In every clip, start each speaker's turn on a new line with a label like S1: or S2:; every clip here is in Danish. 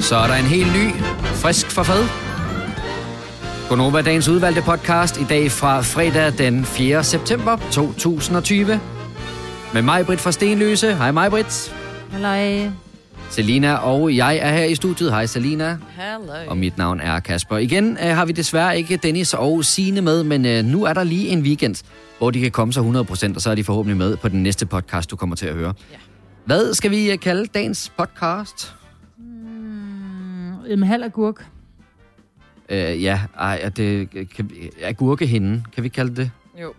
S1: så er der en helt ny, frisk for fad. Gonova dagens udvalgte podcast i dag fra fredag den 4. september 2020. Med mig, Britt fra Stenløse. Hej mig, Britt.
S2: Halløj.
S1: Selina og jeg er her i studiet. Hej Selina.
S2: Halløj.
S1: Og mit navn er Kasper. Igen øh, har vi desværre ikke Dennis og Sine med, men øh, nu er der lige en weekend, hvor de kan komme sig 100%, og så er de forhåbentlig med på den næste podcast, du kommer til at høre. Ja. Hvad skal vi øh, kalde dagens podcast?
S2: Mm, En halv agurk.
S1: Øh, ja, ej, er det, kan, vi- agurkehinden, kan vi kalde det?
S3: Jo.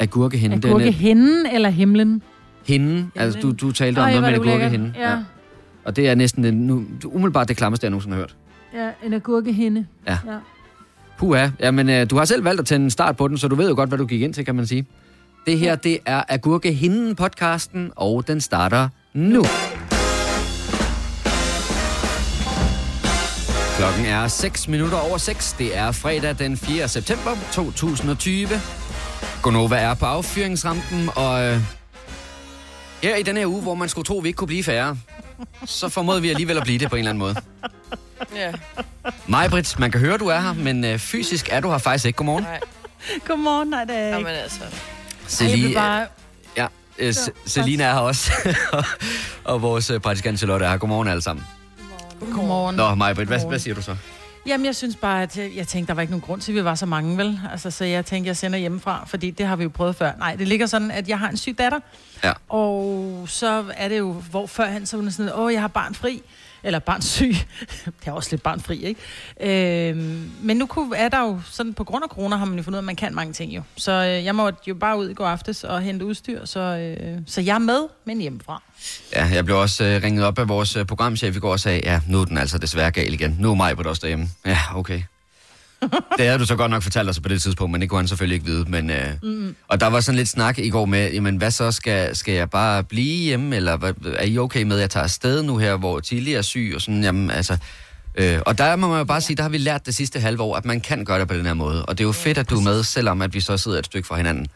S1: Agurkehinden. den,
S2: Agurke
S1: øh,
S2: hinden eller himlen?
S1: Hende, altså du, du talte om
S2: Ej,
S1: noget
S2: hvor
S1: med en
S2: er det
S1: agurkehinde.
S2: ulækkert. Ja.
S1: Og det er næsten den, nu, umiddelbart det klammeste, jeg nogensinde har hørt.
S2: Ja, en agurkehinde.
S1: Ja.
S2: ja.
S1: Puha, jamen øh, du har selv valgt at tænde en start på den, så du ved jo godt, hvad du gik ind til, kan man sige. Det her, det er Agurkehinden-podcasten, og den starter nu. Klokken er 6 minutter over 6. Det er fredag den 4. september 2020. Gonova er på affyringsrampen, og øh, her i den her uge, hvor man skulle tro, vi ikke kunne blive færre, så formåede vi alligevel at blive det på en eller anden måde.
S3: Ja,
S1: Majbrit, man kan høre, du er her, men øh, fysisk er du her faktisk ikke. Godmorgen.
S3: nej.
S2: Godmorgen, nej, det er jeg ikke.
S3: Jamen altså.
S2: Ej, jeg
S1: Celie,
S2: blev bare...
S1: ja, øh, Se- Selina er her også, og vores øh, praktikant Charlotte er her. Godmorgen alle sammen.
S2: Godmorgen.
S1: Nå, Majbrit, hvad,
S2: Godmorgen.
S1: hvad siger du så?
S2: Jamen, jeg synes bare, at øh, jeg tænkte, der var ikke nogen grund til, at vi var så mange, vel? Altså, så jeg tænkte, jeg sender hjemmefra, fordi det har vi jo prøvet før. Nej, det ligger sådan, at jeg har en syg datter,
S1: Ja.
S2: og så er det jo, hvor førhen så var det sådan, åh, jeg har barn fri, eller barn syg. det er også lidt barn fri, ikke? Øhm, men nu kunne, er der jo sådan, på grund af corona har man jo fundet ud af, at man kan mange ting jo. Så øh, jeg måtte jo bare ud i går aftes og hente udstyr, så, øh, så jeg er med, men hjemmefra.
S1: Ja, jeg blev også øh, ringet op af vores øh, programchef i går og sagde, ja, nu er den altså desværre gal igen. Nu er Majbrit også derhjemme. Ja, okay. Det havde du så godt nok fortalt os på det tidspunkt, men det kunne han selvfølgelig ikke vide. Men, øh, mm.
S4: Mm-hmm.
S1: Og der var sådan lidt snak i går med, jamen hvad så, skal, skal jeg bare blive hjemme, eller hvad, er I okay med, at jeg tager afsted nu her, hvor Tilly er syg, og sådan, jamen altså... Øh, og der må man jo bare sige, der har vi lært det sidste halve år, at man kan gøre det på den her måde. Og det er jo fedt, at du er med, selvom at vi så sidder et stykke fra hinanden.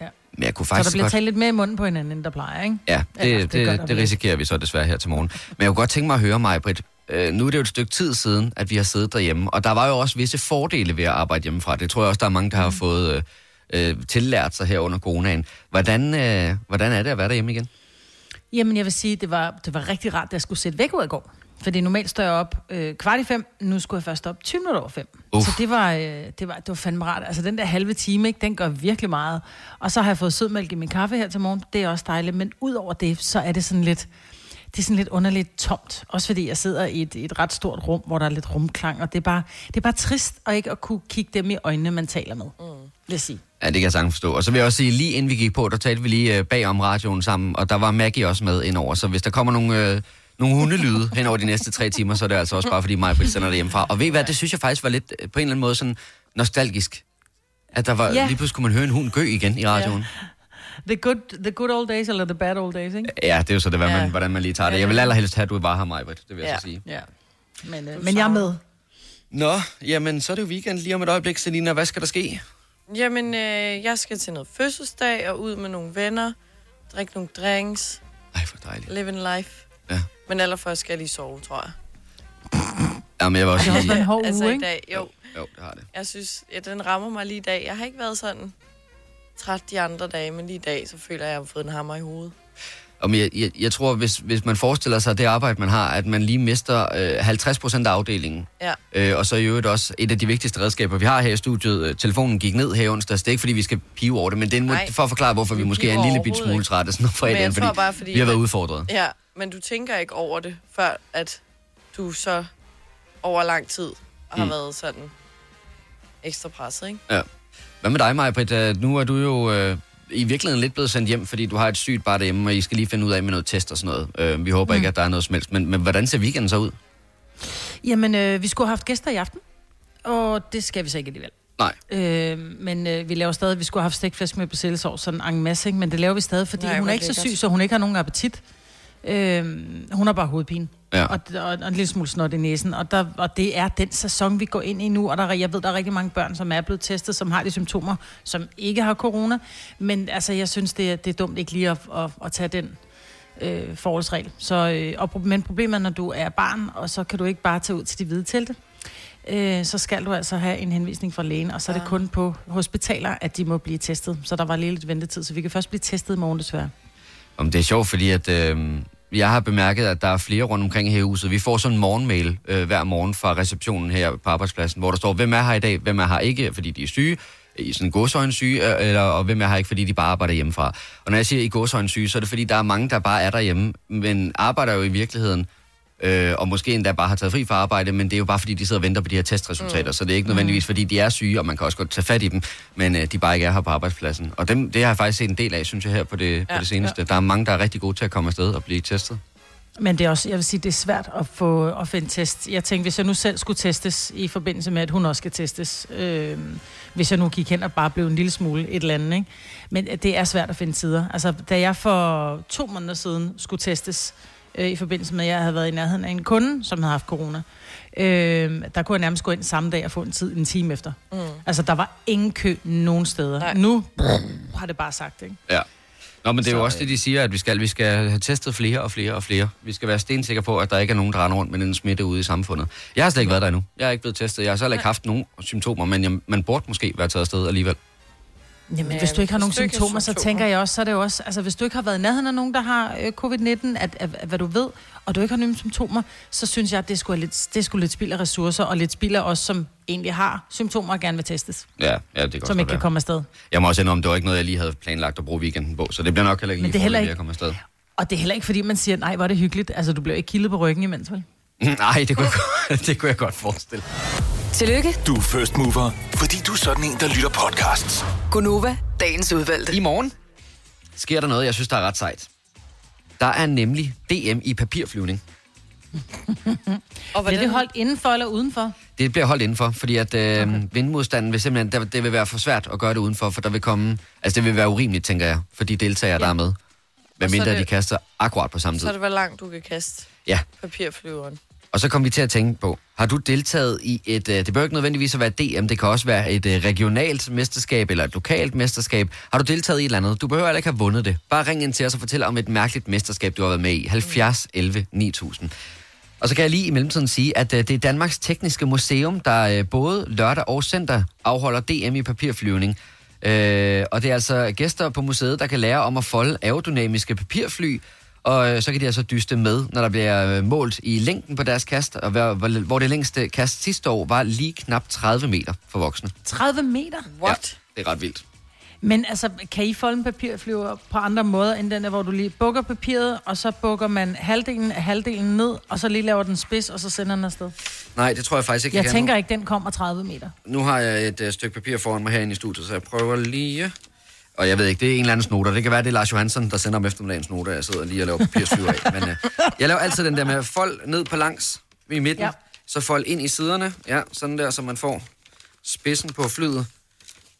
S2: Ja.
S1: Men jeg kunne
S2: Så
S1: faktisk
S2: der bliver
S1: godt...
S2: talt lidt mere i munden på hinanden, end der plejer, ikke?
S1: Ja, det,
S2: Ja,
S1: ja,
S2: det
S1: det,
S2: gør
S1: det,
S2: der
S1: det
S2: vel.
S1: risikerer vi så desværre her til morgen. Men jeg kunne godt tænke mig at høre mig, Britt. Øh, nu er det jo et stykke tid siden, at vi har siddet derhjemme, og der var jo også visse fordele ved at arbejde hjemmefra. Det tror jeg også, der er mange, der
S2: Mm.
S1: har fået øh, øh, tillært sig her under coronaen. Hvordan, øh, hvordan er det at være derhjemme igen?
S2: Jamen, jeg vil sige, det var, det var rigtig rart, at jeg skulle sætte væk ud i går. Fordi normalt står jeg op øh, kvart i fem, nu skulle jeg først op 20 minutter over fem.
S1: Uf.
S2: Så det var, øh, det, var, det var fandme rart. Altså den der halve time, ikke, den gør virkelig meget. Og så har jeg fået sødmælk i min kaffe her til morgen, det er også dejligt. Men ud over det, så er det sådan lidt, det er sådan lidt underligt tomt. Også fordi jeg sidder i et, et ret stort rum, hvor der er lidt rumklang. Og det er bare, det er bare trist at ikke at kunne kigge dem i øjnene, man taler med. Mm. Vil jeg sige.
S1: Ja, det kan jeg sagtens forstå. Og så vil jeg også sige, lige inden vi gik på, der talte vi lige øh, bag om radioen sammen, og der var Maggie også med indover. Så hvis der kommer nogle, øh, nogle hundelyde hen over de næste tre timer, så er det altså også bare, fordi mig sender det hjemmefra. Og ved I hvad, det synes jeg faktisk var lidt, øh, på en eller anden måde, sådan nostalgisk. At der var, ja.
S2: Ja.
S1: lige pludselig kunne man høre en hund gø igen i radioen.
S2: The good, the good old days, eller the bad old days, ikke?
S1: Ja, ja det er jo så det, hvad man,
S3: Ja.
S1: hvordan man lige tager det. Jeg vil allerhelst have, at du var her, Majbrit. Det vil jeg
S3: Ja.
S1: så sige.
S2: Ja. Men, øh, men jeg er med.
S1: Nå, jamen, så er det jo weekend lige om et øjeblik, Selina. Hvad skal der ske?
S3: Jamen, øh, jeg skal til noget fødselsdag og ud med nogle venner, drikke nogle drinks,
S1: Ej, for dejligt.
S3: live en life.
S1: Ja.
S3: Men allerførst skal jeg lige sove, tror jeg.
S1: Jamen, jeg vil også
S2: Det har også
S1: sige...
S2: været en hård
S3: altså
S2: uge,
S3: i
S2: ikke?
S3: dag, jo.
S1: Jo, det har det.
S3: Jeg synes, ja, den rammer mig lige i dag. Jeg har ikke været sådan træt de andre dage, men lige i dag, så føler jeg, at jeg har fået en hammer i hovedet.
S1: Og men jeg, jeg, jeg tror, hvis, hvis man forestiller sig det arbejde, man har, at man lige mister øh, 50 procent af afdelingen,
S3: Ja.
S1: øh, og så i øvrigt også et af de vigtigste redskaber, vi har her i studiet. Øh, telefonen gik ned her i onsdags. Det er ikke, fordi vi skal pive over det, men det er en,
S3: Nej.
S1: for at forklare, hvorfor vi,
S3: Vi
S1: måske er en
S3: piver
S1: lille bit
S3: overhovedet
S1: smule
S3: ikke.
S1: trætte sådan om
S3: Men
S1: fredagen,
S3: jeg
S1: fordi,
S3: tror bare, fordi
S1: vi har været
S3: man-
S1: udfordret.
S3: Ja, men du tænker ikke over det, før at du så over lang tid har
S1: Mm.
S3: mm. været sådan ekstra presset, ikke?
S1: Hvad med dig, Majbrit? Øh, Nu er du jo øh, i virkeligheden lidt blevet sendt hjem, fordi du har et sygt barn derhjemme, og I skal lige finde ud af med noget test og sådan noget. Øh, vi håber mm. ikke, at der er noget som helst. Men, men hvordan ser weekenden så ud?
S2: Jamen, øh, vi skulle have haft gæster i aften, og det skal vi så ikke alligevel.
S1: Nej.
S2: Øh, men øh, vi laver stadig, vi skulle have haft stegflæsk med persillesovs, sådan en masse, ikke? men det laver vi stadig, fordi
S3: Nej,
S2: Nej, hun
S3: hvor
S2: er ikke så
S3: lækkert.
S2: syg, så hun ikke har nogen appetit. Øh, hun har bare hovedpine.
S1: Ja.
S2: Og, og, og, en lille smule snot i næsen. Og, der, og det er den sæson, vi går ind i nu. Og der, er- jeg ved, der er rigtig mange børn, som er blevet testet, som har de symptomer, som ikke har corona. Men altså, jeg synes, det er, det er dumt ikke lige at, at, at tage den øh, forholdsregel. Så, øh, og, pro- men problemet er, når du er barn, og så kan du ikke bare tage ud til de hvide telte. Øh, så skal du altså have en henvisning fra lægen, og så er det
S3: Ah.
S2: kun på hospitaler, at de må blive testet. Så der var lige lidt ventetid, så vi kan først blive testet i morgen desværre.
S1: Om det er sjovt, fordi at, øh, jeg har bemærket, at der er flere rundt omkring her i huset. Vi får sådan en morgenmail øh, hver morgen fra receptionen her på arbejdspladsen, hvor der står, hvem er her i dag, hvem er her ikke, fordi de er syge, i sådan godsøjne syge, øh, eller, og hvem er her ikke, fordi de bare arbejder hjemmefra. Og når jeg siger i godsøjne syge, så er det fordi, der er mange, der bare er derhjemme, men arbejder jo i virkeligheden, øh, og måske endda bare har taget fri fra arbejde, men det er jo bare fordi, de sidder og venter på de her testresultater, mm. så det er ikke nødvendigvis fordi, de er syge, og man kan også godt tage fat i dem, men øh, de bare ikke er her på arbejdspladsen. Og dem, det har jeg faktisk set en del af, synes jeg, her på det, ja, på
S3: Ja,
S1: det seneste. Ja. Der er mange, der er rigtig gode til at komme afsted og blive testet.
S2: Men det er også, jeg vil sige, det er svært at få, at finde test. Jeg tænkte, hvis jeg nu selv skulle testes, i forbindelse med, at hun også skal testes, øh, hvis jeg nu gik hen og bare blev en lille smule et eller andet, ikke? Men øh, det er svært at finde tider. Altså, da jeg for to måneder siden skulle testes, øh, i forbindelse med, at jeg havde været i nærheden af en kunde, som havde haft corona, øh, der kunne jeg nærmest gå ind samme dag og få en tid en time efter. Mm. Altså, der var ingen kø nogen steder.
S3: Nej.
S2: Nej. Nu har det bare sagt, ikke?
S1: Ja. Nå, men det er jo
S3: Så,
S2: øh,
S1: også det, de siger, at vi skal, vi skal have testet flere og flere og flere. Vi skal være stensikre på, at der ikke er nogen, der render rundt med den smitte ude i samfundet. Jeg har slet ikke været der endnu. Jeg er ikke blevet testet. Jeg har selv ikke haft nogen symptomer, men jeg, man burde måske være taget afsted alligevel.
S2: Jamen,
S3: Ja,
S2: hvis du ikke har
S3: Øhm, hvis
S2: nogen
S3: du ikke har
S2: symptomer, så
S3: symptomer.
S2: tænker jeg også, så er det jo også, altså hvis du ikke har været i nærheden af nogen, der har øh, covid-19, at, at, at, hvad du ved, og du ikke har nogen symptomer, så synes jeg, at det skulle lidt, det skulle lidt spild af ressourcer, og lidt spild af os, som egentlig har symptomer og gerne vil testes,
S1: Ja, ja det kan også
S2: som
S1: godt
S2: ikke kan
S1: være.
S2: komme afsted.
S1: Jeg må også indrømme, det var ikke noget, jeg lige havde planlagt at bruge weekenden på, så det bliver nok heller ikke
S2: Men
S1: lige
S2: det er heller
S1: foreløbig
S2: ikke-
S1: at komme afsted.
S2: Og det er heller ikke, fordi man siger, nej, hvor er det hyggeligt. Altså, du bliver ikke kildet på ryggen imens, vel?
S1: Nej, det kunne, jeg, godt- det kunne jeg godt forestille.
S5: Tillykke,
S6: Du er first mover, fordi du er sådan en, der lytter podcasts.
S5: Gunova, dagens udvalgte.
S1: I morgen sker der noget, jeg synes, der er ret sejt. Der er nemlig DM i papirflyvning.
S3: Og
S2: Bliver det holdt indenfor eller udenfor?
S1: Det bliver holdt indenfor, fordi at øh, okay. vindmodstanden vil simpelthen, der, det vil være for svært at gøre det udenfor, for der vil komme, altså det vil være urimeligt, tænker jeg, for de deltagere, ja. der er med. Hvad
S3: så er
S1: mindre
S3: det-
S1: de kaster akkurat på samme tid.
S3: Så er det, hvor langt du kan kaste
S1: Ja,
S3: papirflyveren.
S1: og så kom vi til at tænke på, har du deltaget i et, øh, det behøver ikke nødvendigvis at være DM, det kan også være et øh, regionalt mesterskab eller et lokalt mesterskab. Har du deltaget i et eller andet? Du behøver heller ikke have vundet det. Bare ring ind til os og fortæl om et mærkeligt mesterskab, du har været med i. 70 11 9000. Og så kan jeg lige i mellemtiden sige, at øh, det er Danmarks Tekniske Museum, der øh, både lørdag og søndag afholder DM i papirflyvning. Øh, og det er altså gæster på museet, der kan lære om at folde aerodynamiske papirfly, og øh, så kan de altså dyste med, når der bliver øh, målt i længden på deres kast, og hvor, hvor, hvor det længste kast sidste år var lige knap 30 meter for voksne.
S2: 30 meter?
S3: What?
S1: Ja, det er ret vildt.
S2: Men altså, kan I folde en papirflyver på andre måder, end den der, hvor du lige bukker papiret, og så bukker man halvdelen af halvdelen ned, og så lige laver den spids, og så sender den afsted?
S1: Nej, det tror jeg faktisk ikke,
S2: Jeg
S1: kan
S2: tænker ikke, den kommer 30 meter.
S1: Nu har jeg et øh, stykke papir foran mig herinde i studiet, så jeg prøver lige... Og jeg ved ikke, det er en eller andens noter. Det kan være, det er Lars Johansson, der sender om eftermiddagens noter. Jeg sidder lige og laver papirsyre af. Men øh, jeg laver altid den der med fold ned på langs i midten. Ja.
S2: Ja.
S1: Så fold ind i siderne. Ja, sådan der, så man får spidsen på flyet.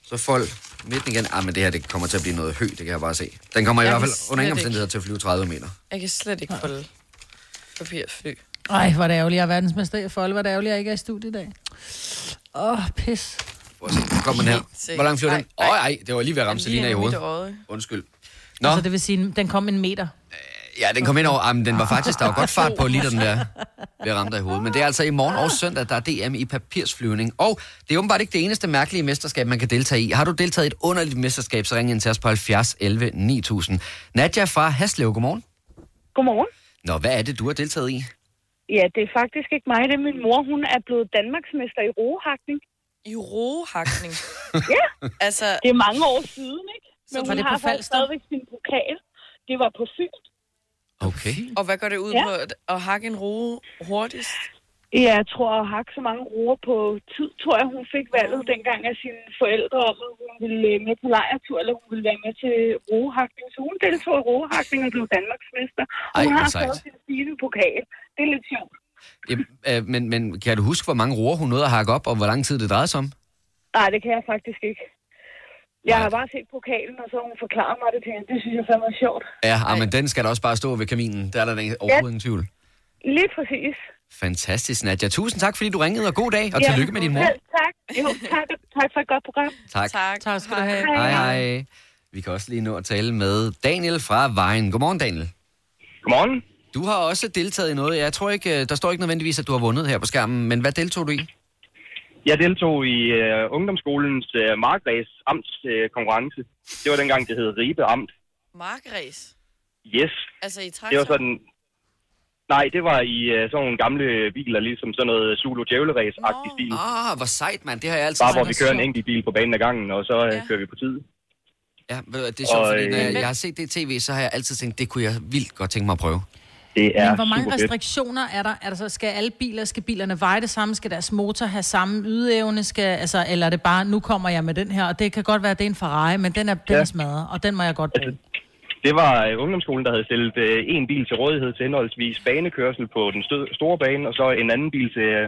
S1: Så fold midten igen. Ah, men det her, det kommer til at blive noget hø, det kan jeg bare se. Den kommer i
S3: Jeg
S1: hvert
S3: kan
S1: fald under ingen
S3: slet ikke.
S1: omstændigheder til at flyve 30 meter.
S3: Jeg kan slet ikke holde papirfly.
S2: Ej, hvor er det ærgerligt, jeg er verdensmester i folde. Hvor er det ærgerligt, jeg ikke er i studiet i dag. Åh, oh, pis.
S1: Prøv at se, nu kommer den
S3: Helt
S1: her.
S3: sikkert.
S1: Hvor langt flyver den? Åh,
S3: Ej, ej.
S1: nej, det var lige ved at ramme
S3: Lige
S1: Selina i
S3: ind i mit
S1: hovedet.
S3: øje.
S1: Undskyld. Nå,
S2: Nå. Altså, det vil sige, den kom en meter.
S1: Ja, den kom ind over. Jamen, den var faktisk, der var godt fart på, lige da den der blev ramt af hovedet. Men det er altså i morgen og søndag, der er DM i papirsflyvning. Og det er åbenbart ikke det eneste mærkelige mesterskab, man kan deltage i. Har du deltaget i et underligt mesterskab, så ring ind til os på 70 11 9000. Nadja fra Haslev, godmorgen.
S7: Godmorgen.
S1: Nå, hvad er det, du har deltaget i?
S7: Ja, det er faktisk ikke mig. Det er min mor. Hun er blevet Danmarksmester i roehakning.
S3: I roehakning. ja. Altså,
S7: Det er mange år siden, ikke? Men
S2: var
S7: hun
S2: det på
S7: har faktisk
S2: Falster?
S7: stadigvæk sin pokal. Det var på Fyn.
S1: Okay.
S3: og hvad går det ud
S7: Ja.
S3: ja. på? At- At hakke en roe hurtigst?
S7: Ja, jeg tror, at hakke så mange roer på tid, tror jeg, hun fik valget dengang af sine forældre om, at hun ville øh, med på lejertur, eller hun ville være med til roehakning. Så hun deltog i roehakning og blev Danmarksmester. Og
S1: Ej,
S7: hun
S1: hvor
S7: har
S1: sejt.
S7: fået sin stigende pokal. Det er lidt sjovt.
S1: Jamen, øh, men, men kan du huske, hvor mange roer hun nåede at hakke op, og hvor lang tid det drejede sig om?
S7: Nej, det kan jeg faktisk ikke. Jeg
S1: Nej.
S7: har bare set pokalen, og så har hun forklaret mig det til hende. Det synes jeg fandme er sjovt.
S1: Ja, ah, men den skal da også bare stå ved kaminen. Der er der da ingen- overhovedet ingen tvivl.
S7: Lige præcis.
S1: Fantastisk, Nadja. Tusind tak, fordi du ringede, og god dag, og
S7: Ja,
S1: tillykke med din mor.
S7: Selv tak. Jo, tak, tak for et godt program.
S1: Tak.
S2: Tak skal du have.
S1: Hej, hej. Vi kan også lige nå at tale med Daniel fra Vejen. Godmorgen, Daniel.
S8: Godmorgen.
S1: Du har også deltaget i noget. Jeg tror ikke, øh, der står ikke nødvendigvis, at du har vundet her på skærmen, men hvad deltog du i?
S8: Jeg deltog i øh, ungdomsskolens øh, markræs amtskonkurrence. Øh, konkurrence. det var dengang, det hed Ribe Amt.
S3: Markræs.
S8: Yes.
S3: Altså i
S8: Det
S3: traktor.
S8: var sådan... Nej, det var i øh, sådan nogle gamle biler, ligesom sådan noget zulu djævleræs agtig
S3: Nå. Ah, altså,
S8: stil.
S2: Ah,
S1: Åh, oh, hvor sejt, mand. Det har jeg altid
S8: Bare hvor
S1: sagt.
S8: vi kører en enkelt bil på banen ad gangen, og så øh,
S3: Ja.
S8: kører vi på tid.
S1: Ja, ved du hvad, det er sjovt,
S8: Og,
S1: fordi når
S8: øh,
S1: jeg, jeg har set det i tv, så har jeg altid tænkt, det kunne jeg vildt godt tænke mig at prøve.
S8: Det er
S2: Men hvor mange
S8: super fedt.
S2: restriktioner er der? Altså, skal alle biler, skal bilerne veje det samme? Skal deres motor have samme ydeevne? Skal, altså, eller er det bare, nu kommer jeg med den her, og det kan godt være, at det er en Ferrari, men den er, den
S8: Ja. Altså,
S2: er smadret, og den må jeg godt bruge.
S8: Det var øh, ungdomsskolen, der havde stillet øh, en bil til rådighed til henholdsvis banekørsel på den stø- store bane, og så en anden bil til øh,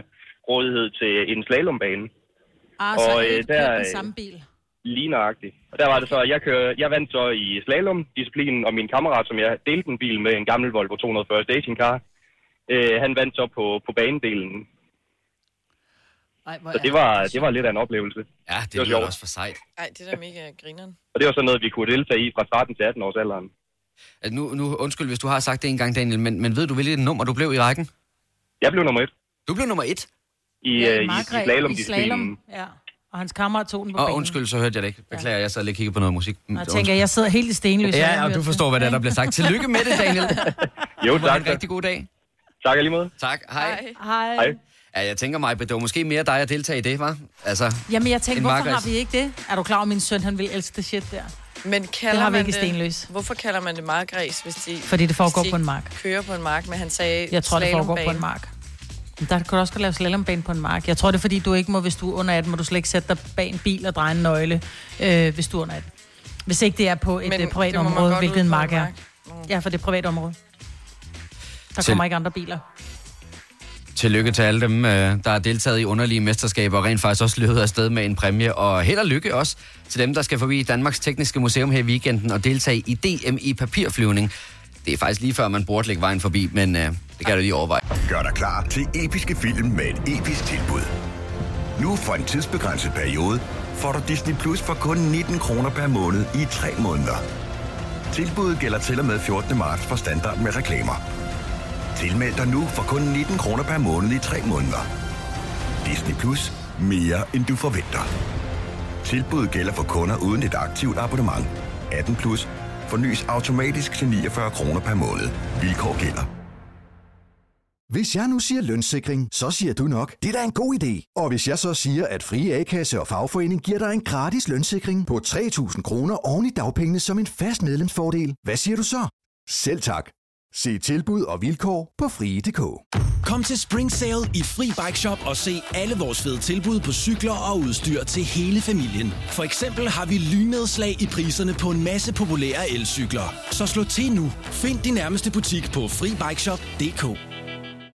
S8: rådighed til en slalombane.
S2: Ah, så
S8: og, øh,
S2: ikke
S8: der
S2: kørt
S8: er-
S2: den samme bil.
S8: Ligneragtigt. Og der var det så, at jeg, kører, jeg vandt så i slalom-disciplinen, og min kammerat, som jeg delte en bil med, en gammel Volvo 240 stationcar, øh, han vandt så på, på banedelen.
S2: Ej, hvor
S8: Så
S2: er
S8: det var, det var lidt af en oplevelse.
S1: Ja, det,
S8: Det var
S1: det lyder
S8: sjovt.
S1: også for sejt.
S3: Ej, det er da mega grineren.
S8: Og det var sådan noget, vi kunne deltage i fra 13 til 18 års alderen.
S1: Altså, nu, nu, undskyld, hvis du har sagt det en gang, Daniel, men, men ved du, hvilket nummer du blev i rækken?
S8: Jeg blev nummer et
S1: Du blev nummer et.
S8: i,
S2: Ja,
S8: ja, øh, i, i
S2: markræs,
S8: slalom-disciplinen.
S2: Ja, og hans kammerat tog den på
S1: Og
S2: banen.
S1: undskyld, så hørte jeg det ikke. Beklager, jeg sad lige og kiggede på noget musik.
S2: Og jeg tænker, jeg sidder helt i stenløs. jeg
S1: Ja,
S2: har
S1: og du
S2: hørt
S1: forstår,
S2: det.
S1: hvad det er, der bliver sagt. Tillykke med det, Daniel.
S8: Jo,
S1: Du har
S8: tak.
S1: en rigtig god dag.
S8: Tak alligevel.
S1: Tak. Hej.
S2: Hej.
S8: Hej.
S1: Ja, jeg tænker mig, det var måske mere dig at deltage i det, var? Altså,
S2: Jamen, jeg tænkte,
S1: En
S2: hvorfor har
S1: markræs.
S2: vi ikke det? Er du klar over, at min søn, han vil elske det shit der?
S3: Men kalder
S2: har vi
S3: man
S2: ikke i Stenløs.
S3: Hvorfor kalder man det markræs, hvis de...
S2: Fordi det foregår
S3: hvis de
S2: på en mark.
S3: kører på en mark, men han sagde
S2: Jeg tror, det foregår på
S3: slalombane.
S2: en mark. Men Der kan du også godt lave slalombane på en mark. Jeg tror, det er fordi, du ikke må, hvis du er under 18, må du slet ikke sætte dig bag en bil og dreje en nøgle, øh, hvis du er under 18. Hvis ikke det er på et
S3: Men
S2: men privat
S3: det må man
S2: område,
S3: godt ude
S2: hvilket en
S3: på
S2: mark
S3: en
S2: er. Mm.
S3: mark.
S2: Ja, for det er privat område. Der
S1: Til-
S2: kommer ikke andre biler.
S1: Tillykke til alle dem, øh, der har deltaget i underlige mesterskaber og rent faktisk også løbet afsted med en præmie. Og held og lykke også til dem, der skal forbi Danmarks Tekniske Museum her i weekenden og deltage i DM i papirflyvning. Det er faktisk lige før, man burde lægge vejen forbi, men øh, det kan du lige overveje.
S6: Gør dig klar til episke film med et episk tilbud. Nu for en tidsbegrænset periode får du Disney Plus for kun 19 kroner per måned i 3 måneder. Tilbuddet gælder til og med 14. marts for standard med reklamer. Tilmeld dig nu for kun 19 kroner per måned i 3 måneder. Disney Plus. Mere end du forventer. Tilbuddet gælder for kunder uden et aktivt abonnement. 18 plus. Fornyes automatisk til 49 kroner per måned. Vilkår gælder.
S9: Hvis jeg nu siger lønssikring, så siger du nok, det er da en god idé. Og hvis jeg så siger, at Frie A-kasse og fagforening giver dig en gratis lønssikring på 3.000 kroner oven i dagpengene som en fast medlemsfordel, hvad siger du så? Selv tak. Se tilbud og vilkår på frie.dk.
S10: Kom til Spring Sale i Fri Bike Shop og se alle vores fede tilbud på cykler og udstyr til hele familien. For eksempel har vi lynedslag i priserne på en masse populære elcykler. Så slå til nu. Find din nærmeste butik på FriBikeShop.dk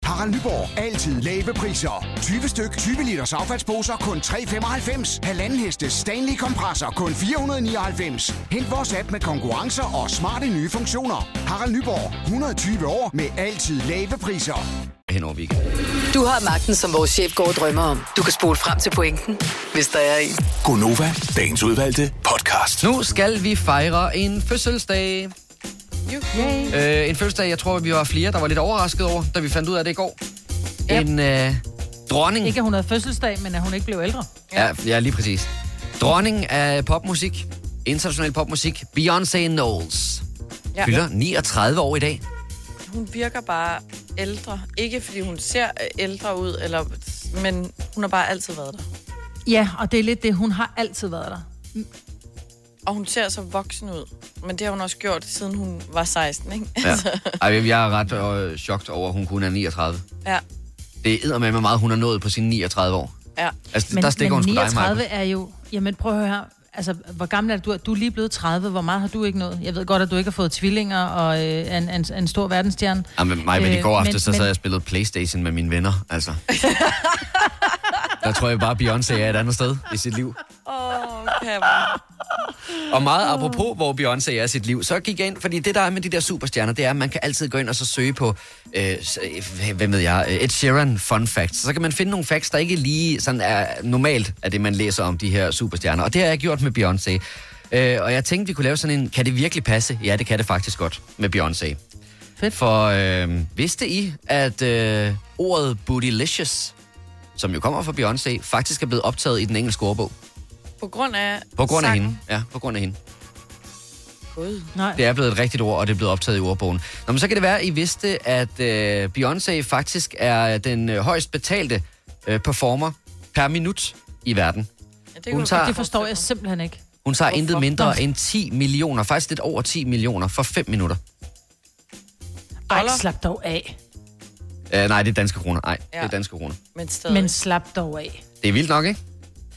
S11: Harald Nyborg. Altid lave priser. 20 styk, 20 liters affaldsposer kun 3,95. Halvanden heste Stanley kompresser kun 499. Hent vores app med konkurrencer og smarte nye funktioner. Harald Nyborg. 120 år med altid lave priser.
S1: Hen over weekenden.
S5: Du har magten, som vores chef går og drømmer om. Du kan spole frem til pointen, hvis der er en.
S6: Gonova, dagens udvalgte podcast.
S1: Nu skal vi fejre en fødselsdag. Øh, en fødselsdag, jeg tror, vi var flere, der var lidt overrasket over, da vi fandt ud af det i går. En øh, dronning.
S2: Ikke at hun havde fødselsdag, men at hun ikke blev ældre.
S1: Ja, ja, lige præcis. Dronning af popmusik, international popmusik, Beyoncé Knowles, ja.
S3: Ja.
S1: fylder 39 år i dag.
S3: Hun virker bare ældre. Ikke fordi hun ser ældre ud, eller, men hun har bare altid været der.
S2: Ja, og det er lidt det, hun har altid været der.
S3: Og hun ser så voksen ud. Men det har hun også gjort, siden hun var 16, ikke? Altså,
S1: Ja. Ej, jeg er ret øh, chokt over, at hun kun er 39.
S3: ja.
S1: Det er med hvor meget, hun har nået på sine 39 år.
S3: ja.
S1: Altså, men,
S2: Men,
S1: der stikker
S2: men
S1: hun sgu dig,
S2: 39
S1: Maja.
S2: er jo... Jamen, prøv at høre her. Altså, hvor gammel er du? Du er lige blevet 30. Hvor meget har du ikke nået? Jeg ved godt, at du ikke har fået tvillinger og øh, er en, er en, er en stor verdensstjerne.
S1: Jamen, mig, men i
S2: Øh,
S1: går
S2: men-
S1: aftes, så
S2: men-
S1: sad jeg og spillede Playstation med mine venner, altså. Der tror jeg bare, Beyoncé er et andet sted i sit liv.
S3: Åh, oh, kan jeg bare.
S1: Og meget apropos, hvor Beyoncé er i sit liv, så gik jeg ind, fordi det der er med de der superstjerner, det er, at man kan altid gå ind og så søge på, øh, s- øh, hvem ved jeg, øh, Ed Sheeran fun facts. Så kan man finde nogle facts, der ikke lige sådan er normalt af det, man læser om de her superstjerner. Og det har jeg gjort med Beyoncé. Øh, og jeg tænkte, vi kunne lave sådan en, kan det virkelig passe? Ja, det kan det faktisk godt med Beyoncé.
S2: Fedt.
S1: For øh, vidste I, at øh, ordet bootylicious, som jo kommer fra Beyoncé, faktisk er blevet optaget i den engelske ordbog?
S3: På grund af
S1: På grund af
S3: sangen.
S1: hende. Ja, på grund af hende.
S3: Gud.
S2: Nej.
S1: Det er blevet et rigtigt ord, og det er blevet optaget i ordbogen. Nå, men så kan det være, at I vidste, at øh, Beyoncé faktisk er den øh, højst betalte øh, performer per minut i verden.
S3: Ja, det,
S1: Hun
S3: kunne
S1: tager-
S3: jeg
S2: Det forstår jeg
S3: godt
S2: simpelthen ikke.
S1: Hun tager intet mindre
S2: Nå.
S1: end 10 millioner, faktisk lidt over 10 millioner, for 5 minutter.
S2: Ej,
S3: Dollar.
S2: slap dog af.
S1: Uh, nej, det er danske kroner. Nej, ja.
S3: Ja.
S1: det er danske kroner.
S3: forestille mig. Men stadig.
S2: Men slap dog af.
S1: Det er vildt nok, ikke?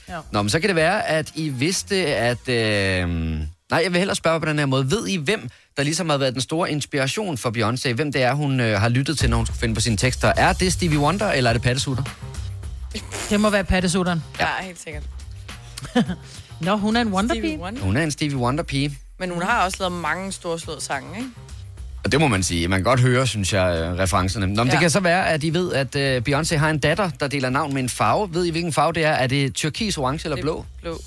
S2: Ja.
S1: Nå, men så kan det være, at I vidste, at... Øh... Nej, jeg vil hellere spørge på den her måde. Ved I, hvem der ligesom har været den store inspiration for Beyoncé? Hvem det er, hun øh, har lyttet til, når hun skulle finde på sine tekster? Er det Stevie Wonder, eller er det Pattesutter?
S2: Det må være pattesutteren.
S3: Ja, helt sikkert.
S2: Nå, hun er en
S3: Stevie
S2: wonderbean.
S3: Wonder.
S1: Hun er en Stevie Wonder-pige.
S3: Men hun har også lavet mange storslåede sange, ikke?
S1: Og det må man sige. Man kan godt høre, synes jeg, øh, referencerne. Nå, men ja. det
S3: Ja.
S1: kan så være, at I ved, at øh, Beyoncé har en datter, der deler navn med en farve. Ved I, hvilken farve det er? Er det turkis, orange eller blå?
S3: Blå.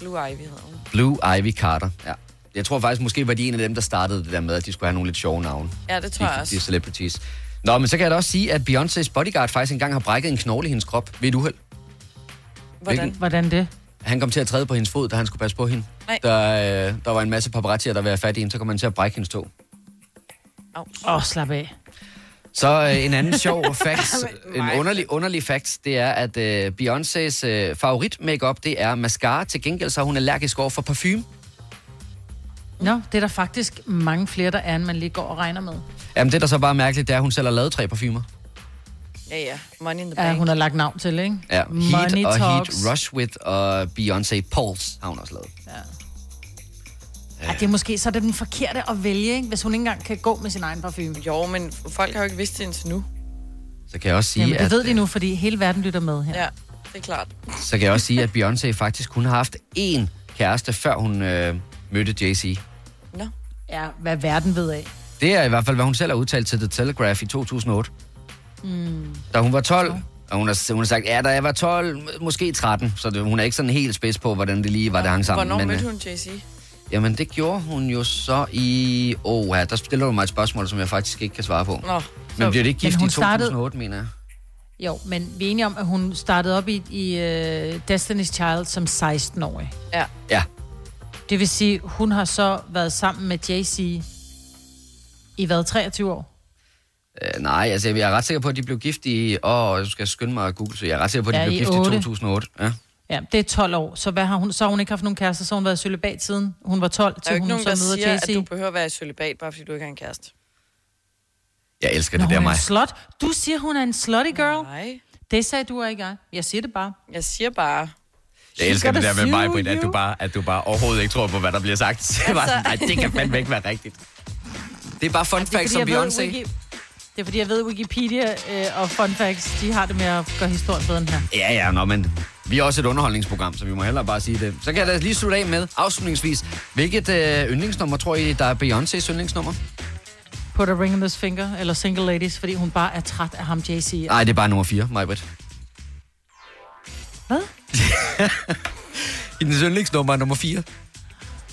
S3: Blue Ivy hedder hun.
S1: Blue Ivy Carter, ja. Jeg tror faktisk, måske var de en af dem, der startede det der med, at de skulle have nogle lidt sjove navne.
S3: Ja, det tror jeg
S1: de,
S3: også.
S1: De celebrities. Nå, men så kan jeg da også sige, at Beyoncé's bodyguard faktisk engang har brækket en knogle i hendes krop ved et uheld.
S3: Hvordan?
S2: Hvordan det?
S1: Han kom til at træde på hendes fod, da han skulle passe på hende.
S3: Nej.
S1: Der, øh, der var en masse paparazzier, der var fat i hende, så kom han til at brække hendes tog.
S3: Au.
S2: Åh, oh, slap af.
S1: Så øh, en anden sjov fact,
S3: Men
S1: en
S3: mig.
S1: underlig, underlig fact, det er, at øh, Beyoncé's øh, favorit makeup det er mascara. Til gengæld så er hun allergisk over for parfume.
S2: Nå, det er der faktisk mange flere, der er, end man lige går og regner med.
S1: Jamen det, der så bare er mærkeligt, det er, at hun selv har lavet tre parfumer.
S3: Ja, ja. Money in the
S2: Ja,
S3: Bank.
S2: hun har lagt navn til, ikke?
S1: Ja, Heat
S2: Money
S1: og
S2: Talks.
S1: Heat Rush With og Beyoncé Pulse har hun også lavet.
S2: Ja, det er måske så er det den forkerte at vælge, ikke? hvis hun ikke engang kan gå med sin egen parfume.
S3: Jo, men folk har jo ikke vidst det indtil nu.
S1: Så kan jeg også sige,
S2: Jamen, det
S1: at, øh,
S2: ved de nu, fordi hele verden lytter med her. Ja.
S3: Ja, det er klart.
S1: så kan jeg også sige, at Beyoncé faktisk kun har haft én kæreste, før hun øh, mødte Jay-Z.
S3: Nå.
S2: ja, hvad verden ved af.
S1: Det er i hvert fald, hvad hun selv har udtalt til The Telegraph i 2008. Mm. Da hun var 12, og hun har, hun har sagt, ja, da jeg var 12, m- måske 13, så det, hun er ikke sådan helt spids på, hvordan det lige var, det hang sammen.
S3: Hvornår
S1: øh,
S3: mødte hun Jay-Z?
S1: Jamen, det gjorde hun jo så i... Åh, oh, ja, der stiller du mig et spørgsmål, som jeg faktisk ikke kan svare på.
S3: Nå.
S1: Men bliver det ikke
S2: Men
S1: gift i
S2: hun startede-
S1: 2008, mener jeg?
S2: Jo, men vi er enige om, at hun startede op i, i uh, Destiny's Child som 16-årig.
S3: Ja.
S1: Ja,
S2: Det vil sige, hun har så været sammen med Jay-Z i hvad, 23 år?
S1: Øh, nej, altså jeg er ret sikker på, at de blev gift i... Åh, jeg skal skynde mig at google, så jeg er ret sikker på, at de
S2: Ja,
S1: blev
S2: i
S1: gift i
S2: 8.
S1: 2008. Ja.
S2: Ja, det er 12 år. Så, hvad har hun, så har hun ikke haft nogen kærester, så har hun været cølibat siden hun var 12,
S3: Der er jo
S2: til
S3: ikke
S2: hun
S3: nogen,
S2: så
S3: der
S2: møder
S3: siger,
S2: Jay-Z.
S3: at du behøver at være i cølibat, bare fordi du ikke har en kæreste.
S1: Jeg elsker
S2: Nå,
S1: det
S2: hun
S1: der
S2: er
S1: mig.
S2: en slut. Du siger, hun er en slutty girl. Nej.
S3: Nej.
S2: Det sagde du og ikke jeg. Jeg siger det bare.
S3: Jeg siger bare...
S1: Jeg
S2: She's
S1: elsker det
S2: gotta
S1: der med mig,
S2: sue
S1: Britt, at du,
S2: you.
S1: bare, at du bare overhovedet ikke tror på, hvad der bliver sagt. Altså... Bare sådan, nej, det kan fandme ikke være rigtigt. Det er bare fun
S2: Det er,
S1: facts som
S2: fordi jeg ved,
S1: Beyoncé.
S2: Wiki- det er fordi, jeg ved, at Wikipedia øh, og Fun Facts, de har det med at gøre historien bedre end her.
S1: Ja, ja, nå, men vi er også et underholdningsprogram, så vi må hellere bare sige det. Så kan jeg da lige slutte af med, afslutningsvis, hvilket øh, yndlingsnummer tror I, der er Beyoncé's yndlingsnummer?
S2: Put a ring on this finger, eller single ladies, fordi hun bare er træt af ham, Jay-Z.
S1: Nej, det er bare nummer 4, Majbrit.
S2: Hvad?
S1: I den yndlingsnummer er nummer 4.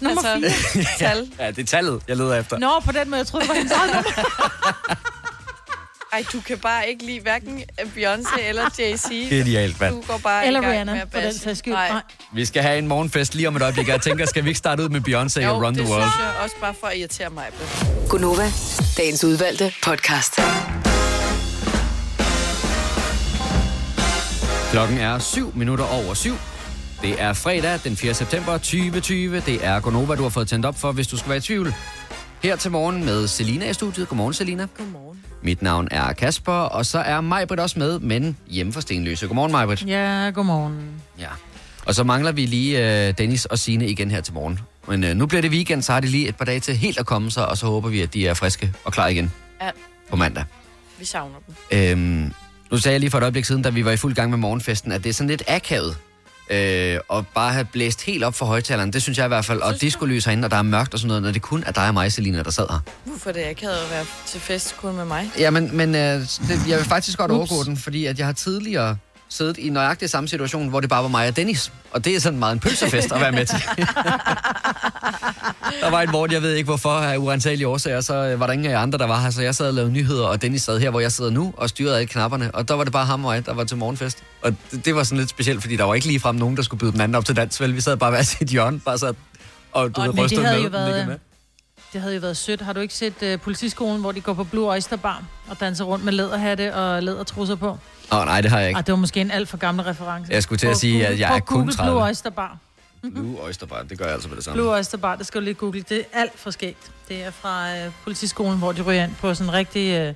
S2: Nummer
S3: altså,
S2: 4.
S3: tal.
S1: Ja, det er tallet, jeg leder efter.
S2: Nå, på den måde, jeg troede, det var hendes eget nummer.
S3: Ej, du kan bare ikke lide hverken Beyoncé eller Jay-Z.
S1: Genialt, mand.
S3: Du går bare i
S2: Eller
S3: gang med
S2: Rihanna,
S3: at
S2: for den
S3: bashe.
S2: sags skyld.
S3: Nej.
S2: Nej.
S1: Vi skal have en morgenfest lige om et øjeblik, og jeg tænker, skal vi ikke starte ud med Beyoncé
S3: Jo,
S1: og Run
S3: det
S1: the World?
S3: synes jeg også bare for at irritere mig. Britt.
S5: Gunova, dagens udvalgte podcast.
S1: Klokken er 7 minutter over 7. Det er fredag den 4. september 2020. Det er Gonova, du har fået tændt op for, hvis du skulle være i tvivl. Her til morgen med Selina i studiet. Godmorgen, Selina.
S3: Godmorgen.
S1: Mit navn er Kasper, og så er Majbrit også med, men hjemme fra Stenløse. Godmorgen, Majbrit.
S2: Ja, godmorgen.
S1: Ja. Og så mangler vi lige øh, Dennis og Sine igen her til morgen. Men øh, nu bliver det weekend, så har de lige et par dage til helt at komme sig, og så håber vi, at de er friske og klar igen
S3: Ja,
S1: på mandag.
S3: vi savner dem.
S1: Øhm, nu sagde jeg lige for et øjeblik siden, da vi var i fuld gang med morgenfesten, at det er sådan lidt akavet. Øh, og bare have blæst helt op for højtaleren, det synes jeg i hvert fald. Og diskolys herinde, og der er mørkt og sådan noget, når det kun er dig og mig, Selina, der sad her.
S3: Hvorfor det ikke havde at være til fest kun med mig?
S1: Ja, men, men øh, det, jeg vil faktisk godt overgå den, fordi at jeg har tidligere siddet i nøjagtig samme situation, hvor det bare var mig og Dennis. Og det er sådan meget en pølsefest at være med til. Der var en morgen, jeg ved ikke hvorfor, af urensagelige årsager, så øh, var der ingen af jer andre, der var her, så jeg sad og lavede nyheder, og Dennis sad her, hvor jeg sidder nu, og styrede alle knapperne, og der var det bare ham og jeg, der var til morgenfest. Og det, det var sådan lidt specielt, fordi der var ikke ligefrem nogen, der skulle byde den anden op til dans, vel? Vi sad bare hver sit hjørne, bare sad og du
S2: Og-
S1: ved,
S2: men det
S1: rystede
S2: havde
S1: med,
S2: jo
S1: nikkede
S2: været,
S1: med.
S2: det havde jo været sødt. Har du ikke set uh, politiskolen, hvor de går på Blue Oyster Bar og danser rundt med læderhatte og lædertrusser på?
S1: Åh, nej, det har jeg ikke.
S2: Ej, det var måske en alt for gammel reference.
S1: Jeg skulle til at
S2: Prøv
S1: sige,
S2: google-
S1: at jeg
S2: prøv
S1: er kun
S2: google
S1: 30.
S2: Blue Oyster Bar. Mhm.
S1: Blue Oyster Bar, det gør jeg altså med det samme.
S2: Blue Oyster Bar, det skal du lige google. Det er alt for skægt. Det er fra øh, politiskolen, hvor de ryger ind på sådan en rigtig... Øh,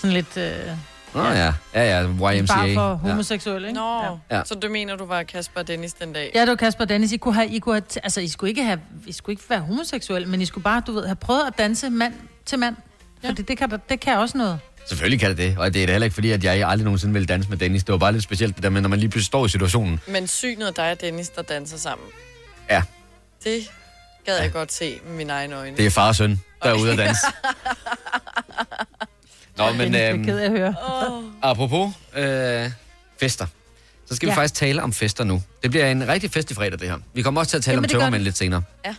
S2: sådan lidt... Øh,
S1: Nå ja, ja, ja, YMCA.
S2: bar for
S1: ja.
S2: homoseksuelle, ikke?
S3: Nå,
S1: Ja.
S3: ja. så du mener, du var Kasper og Dennis den dag?
S2: Ja, det var Kasper og Dennis. I, kunne have, I, kunne have, altså, I skulle ikke have, I skulle ikke være homoseksuelle, men I skulle bare, du ved, have prøvet at danse mand til mand. Ja. Fordi det kan, der- det kan også noget.
S1: Selvfølgelig kan det det, og det er da heller ikke fordi, at jeg aldrig nogensinde ville danse med Dennis. Det var bare lidt specielt det der med, når man lige pludselig står i situationen.
S3: Men synet af dig og Dennis, der danser sammen.
S1: Ja,
S3: Det gad jeg godt se med mine egne øjne.
S1: det er far og søn, der er ude at danse. Nå, men
S2: Dennis, jeg er
S1: øhm,
S2: ked af at høre.
S1: apropos øh, fester, så skal ja. vi
S2: Ja.
S1: faktisk tale om fester nu. Det bliver en rigtig festlig fredag, det her. Vi kommer også til at tale
S2: Jamen,
S1: om
S2: det gør
S1: tømmermænd
S2: det.
S1: lidt senere.
S2: Ja.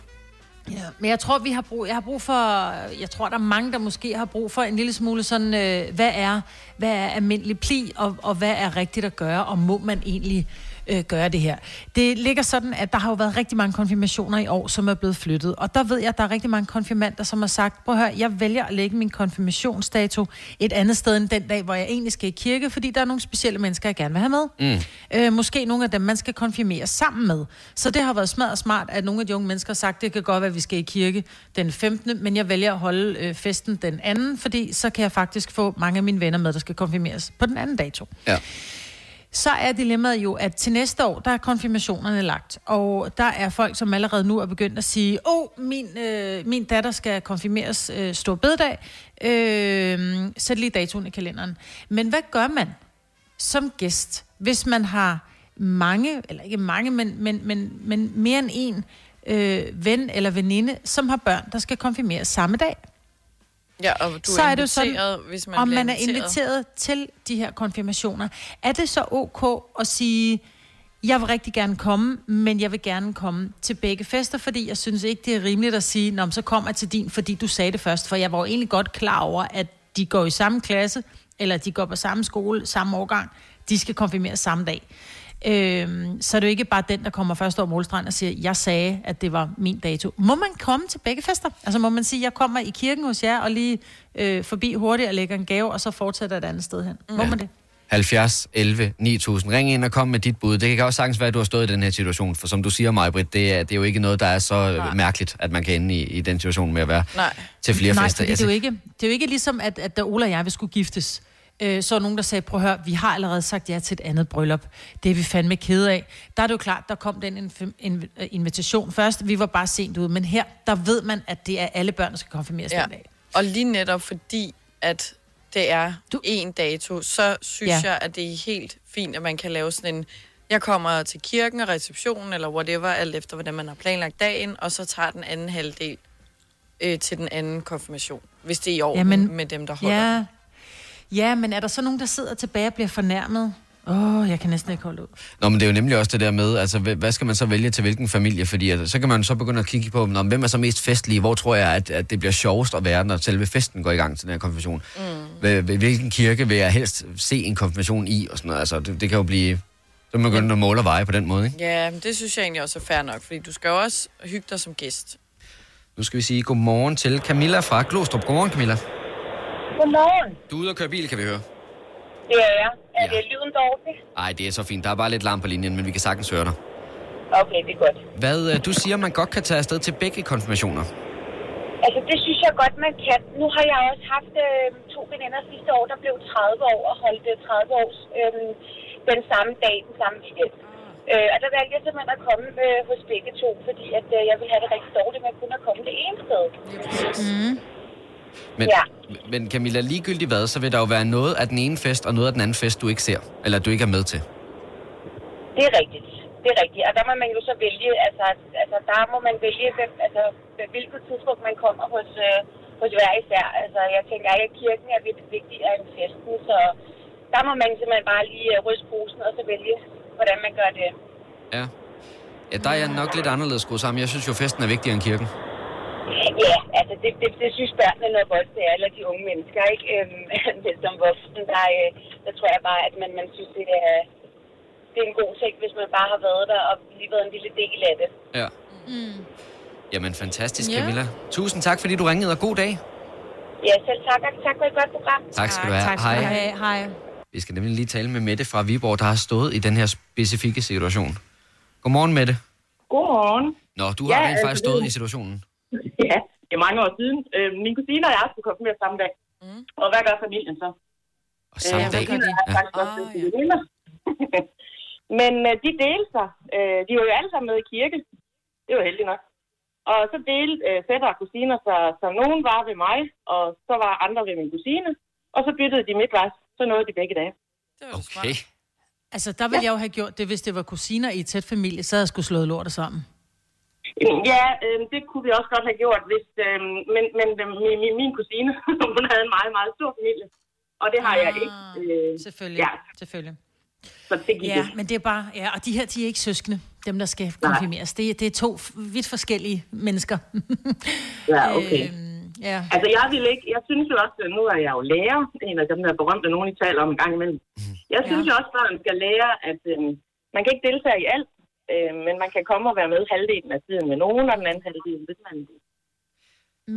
S2: Men jeg tror, vi har brug, jeg har brug for, jeg tror, der er mange, der måske har brug for en lille smule sådan, øh, hvad, er, hvad er almindelig pli, og, og hvad er rigtigt at gøre, og må man egentlig øh, gøre det her. Det ligger sådan, at der har jo været rigtig mange konfirmationer i år, som er blevet flyttet, og der ved jeg, at der er rigtig mange konfirmander, som har sagt, prøv at høre, jeg vælger at lægge min konfirmationsdato et andet sted end den dag, hvor jeg egentlig skal i kirke, fordi der er nogle specielle mennesker, jeg gerne vil have med. Mm. Øh, måske nogle af dem, man skal konfirmere sammen med. Så det har været smadret smart, at nogle af de unge mennesker har sagt, det kan godt være, at vi skal i kirke den 15., men jeg vælger at holde øh, festen den anden, fordi så kan jeg faktisk få mange af mine venner med, der skal konfirmeres på den anden dato
S1: Ja.
S2: så er dilemmaet jo, at til næste år, der er konfirmationerne lagt. Og der er folk, som allerede nu er begyndt at sige, åh, oh, min, øh, min datter skal konfirmeres øh, stor bededag. Øh, sæt lige datoen i kalenderen. Men hvad gør man som gæst, hvis man har mange, eller ikke mange, men, men, men, men mere end en øh, ven eller veninde, som har børn, der skal konfirmeres samme dag?
S3: Ja, og du
S2: så er det jo sådan,
S3: inviteret, hvis man
S2: om
S3: bliver
S2: man er inviteret til de her konfirmationer. Er det så ok at sige, jeg vil rigtig gerne komme, men jeg vil gerne komme til begge fester, fordi jeg synes ikke, det er rimeligt at sige, Nå, men så kommer jeg til din, fordi du sagde det først. For jeg var jo egentlig godt klar over, at de går i samme klasse, eller de går på samme skole, samme årgang. De skal konfirmeres samme dag. Øhm, så er det jo ikke bare den, der kommer først over målstregen og siger, jeg sagde, at det var min dato. Må man komme til begge fester? Altså må man sige, jeg kommer i kirken hos jer og lige øh, forbi hurtigt og lægger en gave, og så fortsætter et andet sted hen? Må man det?
S1: 70, 11, 9000. Ring ind og kom med dit bud. Det kan også sagtens være, at du har stået i den her situation. For som du siger, Majbrit, det er, det er jo ikke noget, der er så Nej. mærkeligt, at man kan ende i, i den situation med at være
S3: Nej.
S1: til flere
S2: Nej,
S1: fester.
S2: fordi det, er jo ikke, det er jo ikke ligesom, at, at da Ola og jeg vi skulle giftes, øh, så er nogen, der sagde, prøv at høre, vi har allerede sagt ja til et andet bryllup. Det er vi fandme kede af. Der er det jo klart, der kom den inv- inv- øh, invitation først. Vi var bare sent ude, men her, der ved man, at det er alle børn, der skal konfirmeres ja.
S3: Ja.
S2: den dag.
S3: Og lige netop fordi, at det er
S2: Du-
S3: du... en dato, så synes
S2: Ja.
S3: ja. jeg, at det er helt fint, at man kan lave sådan en, jeg kommer til kirken og receptionen, eller whatever, alt efter, hvordan man har planlagt dagen, og så tager den anden halvdel øh, til den anden konfirmation, hvis det er i orden
S2: Jamen,
S3: Jamen, med dem, der holder. Ja.
S2: Ja. ja, men er der så nogen, der sidder tilbage og bliver fornærmet? Åh, oh, jeg kan næsten ikke holde ud.
S1: Nå, men det er jo nemlig også det der med, altså, hv- hvad skal man så vælge til hvilken familie? Fordi at, så kan man så begynde at kigge på, nå, men hvem er så mest festlige? Hvor tror jeg, at, at det bliver sjovest at være, når selve festen går i gang til den her konfirmation? Mm. Hvilken kirke vil jeg helst se en konfirmation i? Og sådan noget. Altså, det, det kan jo blive... Så man begynder at måle og veje på den måde, ikke?
S3: ja, men det synes jeg egentlig også er fair nok, fordi du skal jo også hygge dig som gæst.
S1: Nu skal vi sige godmorgen til Camilla fra Glostrup. Godmorgen, Camilla.
S7: Godmorgen.
S1: Du er ude og køre bil, kan vi høre.
S7: Det er jeg. Er
S1: Ja.
S7: det lyden dårlig?
S1: Nej, det er så fint. Der er bare lidt larm på linjen, men vi kan sagtens høre dig.
S7: Okay, det er godt.
S1: Hvad øh, du siger, man godt kan tage afsted til begge konfirmationer.
S7: Altså, det synes jeg godt, man kan. Nu har jeg også haft øh, to veninder sidste år, der blev 30 år og holdt øh, 30 års øh, den samme dag, den samme weekend. Øh, og der valgte jeg simpelthen at komme øh, hos begge to, fordi at, øh, jeg ville have det rigtig dårligt med kun at komme det ene sted.
S1: Men,
S7: Ja.
S1: men Camilla, ligegyldigt hvad, så vil der jo være noget af den ene fest og noget af den anden fest, du ikke ser, eller du ikke er med til.
S7: Det er rigtigt. Det er rigtigt. Og der må man jo så vælge, altså, altså der må man vælge, hvem, altså, hvilket tidspunkt man kommer hos, øh, hos hver især. Altså, jeg tænker ikke, at kirken er lidt vigtigere end festen, så der må man simpelthen bare lige øh, ryste posen og så vælge, hvordan man gør det.
S1: Ja. Ja, der er jeg nok lidt anderledes skruet sammen. Jeg synes jo, festen er vigtigere end kirken.
S12: Ja, altså det, det, det synes børnene noget godt, det er, eller de unge mennesker, ikke? Øhm, men som voksen, der, øh, der tror jeg bare, at man, man synes, det er, det er en god ting, hvis man bare har været der og lige været en lille del af det.
S1: Ja.
S12: Mm.
S1: Jamen, fantastisk,
S12: Ja.
S1: Camilla. Tusind tak, fordi du ringede, og god dag.
S12: Ja, selv tak, og tak for et godt program.
S1: Tak skal du have.
S13: Tak skal du
S1: Hej.
S13: have. Hej.
S1: Vi skal nemlig lige tale med Mette fra Viborg, der har stået i den her specifikke situation. Godmorgen, Mette.
S14: Godmorgen.
S1: Nå, du har
S14: Ja,
S1: ja, rent
S14: altså,
S1: faktisk
S14: det-
S1: stået i situationen.
S14: Ja, det er mange år siden. Øh, min kusine og jeg skulle komme med samme dag. Mm. Og hvad gør familien så? Øh,
S1: Og samme dag?
S14: Hvad gør de?
S1: Ja.
S14: Ja. Oh, ja. Men øh, de delte sig. Øh, de var jo alle sammen med i kirke. Det var heldigt nok. Og så delte øh, fætter og kusiner sig, så nogen var ved mig, og så var andre ved min kusine. Og så byttede de midtvejs. Så nåede de begge dage.
S1: Okay.
S2: Altså, der ville jeg jo have gjort det, hvis det var kusiner i et tæt familie, så havde jeg skulle slået lortet sammen.
S14: Ja, øh, det kunne vi også godt have gjort, hvis, øh, men, men øh, min, min, min kusine, hun havde en meget, meget stor familie. Og det har jeg
S2: Ah,
S14: ikke. Øh,
S2: selvfølgelig,
S14: Ja.
S2: selvfølgelig.
S14: Så det gik
S2: Ja,
S14: ikke.
S2: men det er bare... Ja, og de her, de er ikke søskende, dem der skal konfirmeres. Det, er- det er to f- vidt forskellige mennesker.
S14: Ja, okay.
S2: ja.
S14: Altså, jeg vil ikke, jeg synes jo også, nu er jeg jo lærer, en af dem der berømte, nogen I taler om en gang imellem. Jeg synes jo også, børn skal lære, at øh, man kan ikke deltage i alt, øh, men man kan komme og være med halvdelen af tiden med nogen, og den anden halvdelen, hvis man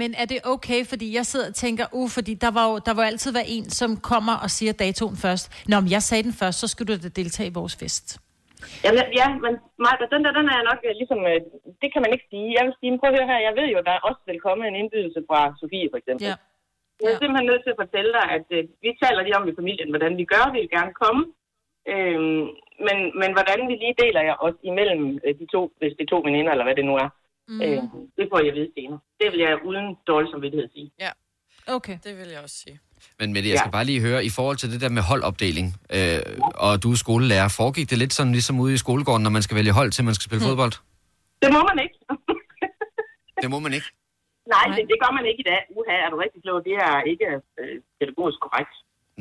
S2: Men er det okay, fordi jeg sidder og tænker, uh, fordi der var jo der var jo altid være en, som kommer og siger datoen først. Nå, men jeg sagde den først, så skulle du da deltage i vores fest.
S14: Jamen, ja, men Maja, den der, den er jeg nok øh, ligesom, øh, det kan man ikke sige. Jeg vil sige, men prøv at høre her, jeg ved jo, at der også vil komme en indbydelse fra Sofie, for eksempel.
S2: Ja.
S14: Jeg er simpelthen nødt til at fortælle dig, at øh, vi taler lige om i familien, hvordan vi gør, vi vil gerne komme. Øhm, men, men hvordan vi lige deler jer os imellem øh, de to, hvis det er to veninder, eller hvad det nu er,
S2: Mhm.
S14: mm. øh, det får jeg at vide senere. Det vil jeg uden dårlig samvittighed sige.
S3: Ja.
S2: Okay.
S3: Det vil jeg også sige.
S1: Men Mette, jeg skal
S3: Ja.
S1: bare lige høre, i forhold til det der med holdopdeling, øh, og du er skolelærer, foregik det lidt sådan ligesom ude i skolegården, når man skal vælge hold til, man skal
S14: Hm.
S1: spille fodbold?
S14: Det må man ikke.
S1: Det må man ikke.
S14: Nej, det, det gør man ikke i dag. Uha, er du rigtig klog? Det er ikke øh, pædagogisk korrekt.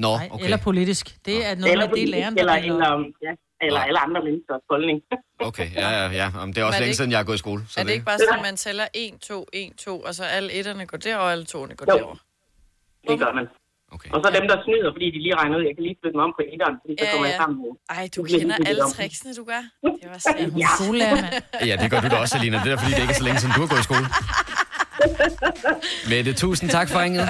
S1: Nå, okay.
S2: Eller politisk. Det er noget, med det er
S14: politik,
S2: læreren,
S14: eller,
S2: der
S14: eller,
S2: deler op.
S14: om- ja, eller alle andre menneskers holdning.
S1: Okay, ja, ja, ja. Jamen, det er også
S3: Men er det
S1: længe
S3: ikke-
S1: siden, jeg har gået i skole.
S3: Så er det, ikke bare sådan, at man tæller 1, 2, 1, 2, og så alle etterne går derover, og alle toerne går derover?
S14: Det gør man.
S1: Okay.
S14: Og så dem, der snyder, fordi de lige regner ud, jeg kan lige flytte mig om på etteren, fordi så
S3: Ja,
S14: kommer jeg
S3: ja.
S14: sammen med.
S3: Ej, du
S14: Så bliver de
S3: kender
S14: byttet
S3: alle
S14: om.
S3: tricksene, du gør. Det var slet
S14: Ja.
S1: Ja, det gør du da også, Alina. Det er da, fordi, det ikke er så længe siden, du har gået i skole. Mette, tusind tak for ringet.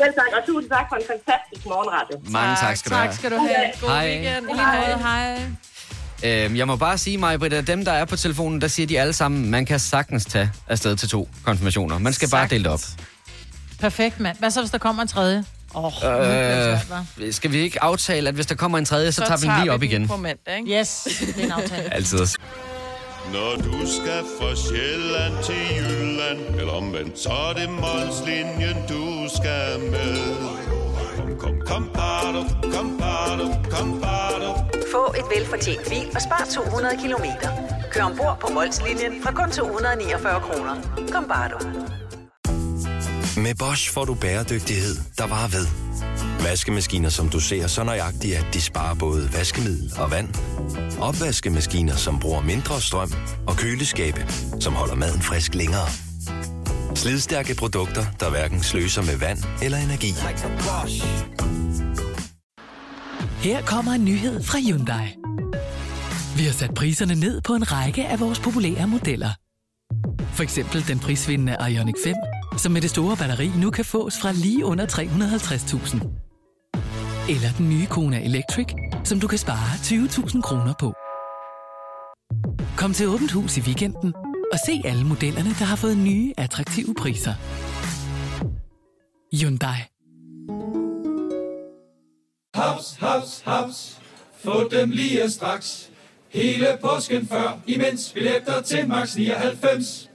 S14: Selv tak, og tusind tak for en fantastisk morgenradio.
S1: Mange tak skal du
S2: tak
S1: have.
S2: skal du have.
S1: God Hej. weekend.
S2: I lige måde, hej.
S1: Øhm, jeg må bare sige mig, Britta, dem der er på telefonen, der siger de alle sammen, man kan sagtens tage afsted til to konfirmationer. Man skal bare dele det op.
S2: Perfekt, mand. Hvad så, hvis der kommer en tredje? Åh, oh,
S1: Øh, skal vi ikke aftale, at hvis der kommer en tredje, så, tager vi den lige op igen?
S3: på mandag, ikke?
S2: Yes, det er en aftale.
S1: Altid.
S15: Når du skal fra Sjælland til Jylland, eller omvendt, så er det Molslinjen, du skal med. Kom, kom, kom, bado, kom, bado, kom, bado.
S16: Få et velfortjent bil og spar 200 kilometer. Kør ombord på Molslinjen fra kun 249 kroner. Kom bare du.
S17: Med Bosch får du bæredygtighed, der varer ved. Vaskemaskiner, som du ser så nøjagtigt, at de sparer både vaskemiddel og vand. Opvaskemaskiner, som bruger mindre strøm. Og køleskabe, som holder maden frisk længere. Slidstærke produkter, der hverken sløser med vand eller energi.
S4: Her kommer en nyhed fra Hyundai. Vi har sat priserne ned på en række af vores populære modeller. For eksempel den prisvindende Ioniq 5, som med det store batteri nu kan fås fra lige under 350.000. Eller den nye Kona Electric, som du kan spare 20.000 kroner på. Kom til Åbent Hus i weekenden og se alle modellerne, der har fået nye, attraktive priser. Hyundai.
S18: Haps, haps, haps. Få dem lige straks. Hele påsken før, imens billetter til max 99.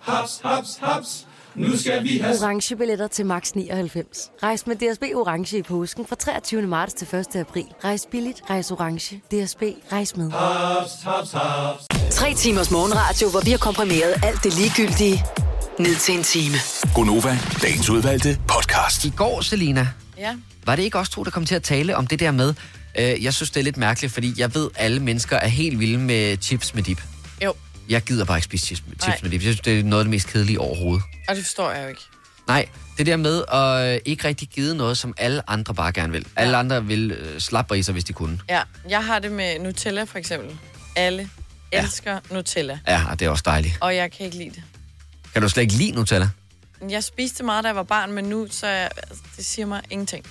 S18: Haps, haps, haps. Nu skal vi have...
S19: orange billetter til max 99. Rejs med DSB orange i påsken fra 23. marts til 1. april. Rejs billigt, rejs orange. DSB rejs med.
S18: Haps, haps, haps.
S5: Tre timers morgenradio, hvor vi har komprimeret alt det ligegyldige ned til en time.
S1: Gonova, dagens udvalgte podcast. I går, Selina,
S3: Ja.
S1: var det ikke også to, der kom til at tale om det der med, øh, jeg synes, det er lidt mærkeligt, fordi jeg ved, alle mennesker er helt vilde med chips med dip.
S3: Jo.
S1: Jeg gider bare ikke spise chips,
S3: Nej.
S1: chips med dip. Jeg synes, det er noget af det mest kedelige overhovedet.
S3: Og det forstår jeg jo ikke.
S1: Nej, det der med at øh, ikke rigtig give noget, som alle andre bare gerne vil. Alle andre vil øh, slappe riser, hvis de kunne.
S3: Ja, jeg har det med Nutella for eksempel. Alle elsker ja. Nutella,
S1: Ja, og det er også dejligt.
S3: og jeg kan ikke lide det.
S1: Kan du slet ikke lide Nutella?
S3: Jeg spiste meget, da jeg var barn, men nu, så jeg, altså, det siger mig ingenting. Det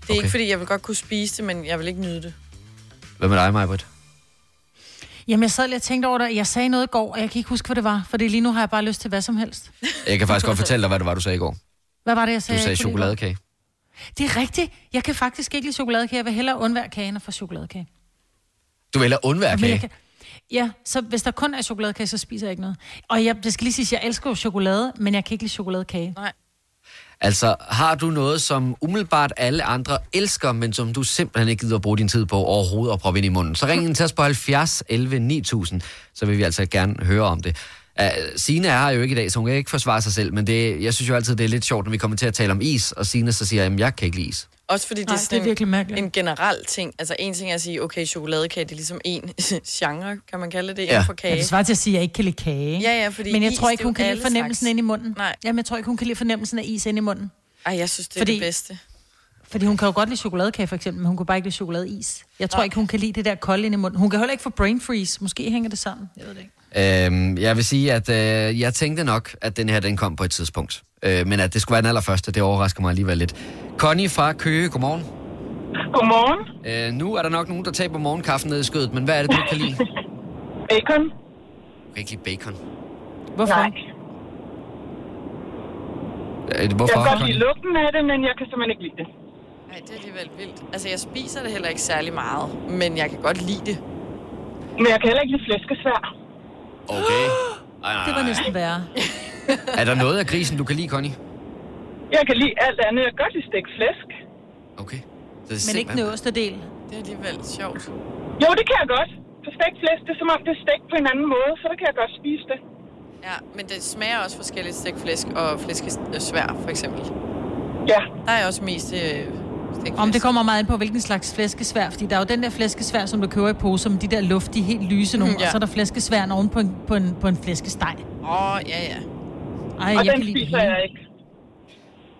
S3: er okay. ikke, fordi jeg vil godt kunne spise det, men jeg vil ikke nyde det.
S1: Hvad med dig, Majbert?
S2: Jamen, jeg sad lige og tænkte over det. Jeg sagde noget i går, og jeg kan ikke huske, hvad det var. For lige nu har jeg bare lyst til hvad som helst.
S1: Jeg kan faktisk godt fortælle dig, hvad det var, du sagde i går.
S2: Hvad var det, jeg sagde?
S1: Du sagde
S2: jeg kunne lide?
S1: chokoladekage.
S2: Det er rigtigt. Jeg kan faktisk ikke lide chokoladekage. Jeg vil hellere undvære kagen og få chokoladekage.
S1: Du vælger undvære
S2: Men jeg
S1: kage.
S2: kan- Ja, så hvis der kun er chokoladekage, så spiser jeg ikke noget. Og jeg, det skal lige sige, jeg elsker jo chokolade, men jeg kan ikke lide chokoladekage.
S3: Nej.
S1: Altså, har du noget, som umiddelbart alle andre elsker, men som du simpelthen ikke gider at bruge din tid på overhovedet og proppe ind i munden? Så ring ind til os på 70 11 9000, så vil vi altså gerne høre om det. Uh, Sine er her jo ikke i dag, så hun kan ikke forsvare sig selv, men det, jeg synes jo altid, det er lidt sjovt, når vi kommer til at tale om is, og Sine så siger, at jeg kan ikke lide is.
S3: Også fordi det
S2: Nej,
S3: er
S2: det er
S3: sådan
S2: virkelig
S3: en,
S2: mærkeligt.
S3: en generel ting. Altså en ting er at sige, okay, chokoladekage, det er ligesom en genre, kan man kalde det,
S2: Ja.
S3: inden for kage.
S2: Ja, det svarer til at sige, at jeg ikke kan lide kage.
S3: Ja, ja, fordi
S2: men jeg
S3: is,
S2: tror
S3: det
S2: ikke,
S3: er
S2: hun
S3: jo
S2: kan lide
S3: alle
S2: fornemmelsen
S3: slags.
S2: ind i munden. Nej. Jamen, jeg tror ikke, hun kan lide fornemmelsen af is ind i munden.
S3: Ej, jeg synes, det er
S2: Fordi-
S3: det bedste.
S2: Fordi hun kan jo godt lide chokoladekage, for eksempel, men hun kan bare ikke lide chokoladeis. Jeg tror
S3: Nej.
S2: ikke, hun kan lide det der kolde ind i munden. Hun kan heller ikke få brain freeze. Måske hænger det sammen. Jeg ved det ikke.
S1: Øhm, jeg vil sige, at øh, jeg tænkte nok, at den her den kom på et tidspunkt. Øh, men at det skulle være den allerførste, det overrasker mig alligevel lidt. Connie fra Køge, godmorgen.
S13: Godmorgen.
S1: Øh, nu er der nok nogen, der taber morgenkaffen ned i skødet, men hvad er det, du ikke kan lide?
S13: Bacon?
S1: Du kan ikke lide bacon.
S2: Hvorfor?
S13: Nej.
S1: Øh,
S13: jeg
S1: hvorfor,
S13: kan godt
S1: Connie?
S13: lide lugten af det, men jeg kan simpelthen ikke lide det.
S3: Nej, det er alligevel vildt. Altså, jeg spiser det heller ikke særlig meget, men jeg kan godt lide det.
S13: Men jeg kan heller ikke lide flæskesvær.
S1: Okay. Ej, nej,
S2: Det var næsten værre.
S1: nej. Er der noget af grisen, du kan lide, Connie?
S13: Jeg kan lide alt andet. Jeg kan godt lide stegt flæsk.
S1: Det er
S2: Men ikke
S1: simpelthen-
S2: den øverste del.
S3: Det er alligevel sjovt.
S13: Jo, det kan jeg godt. For stegt flæsk, det er som om, det er stegt på en anden måde, så der kan jeg godt spise det.
S3: Ja, men det smager også forskelligt stegt flæsk og flæskesvær, for eksempel.
S13: Ja.
S3: Der er også mest øh, stegt
S2: Om det kommer meget ind på, hvilken slags flæskesvær, fordi der er jo den der flæskesvær, som du køber i pose, med de der luftige, helt lyse nogle, ja.
S3: Mm, Ja.
S2: og så er der flæskesværen oven på en, på en, på en flæskesteg.
S3: Åh, oh, ja, ja.
S2: Ej, jeg kan lide det hele.
S13: ikke.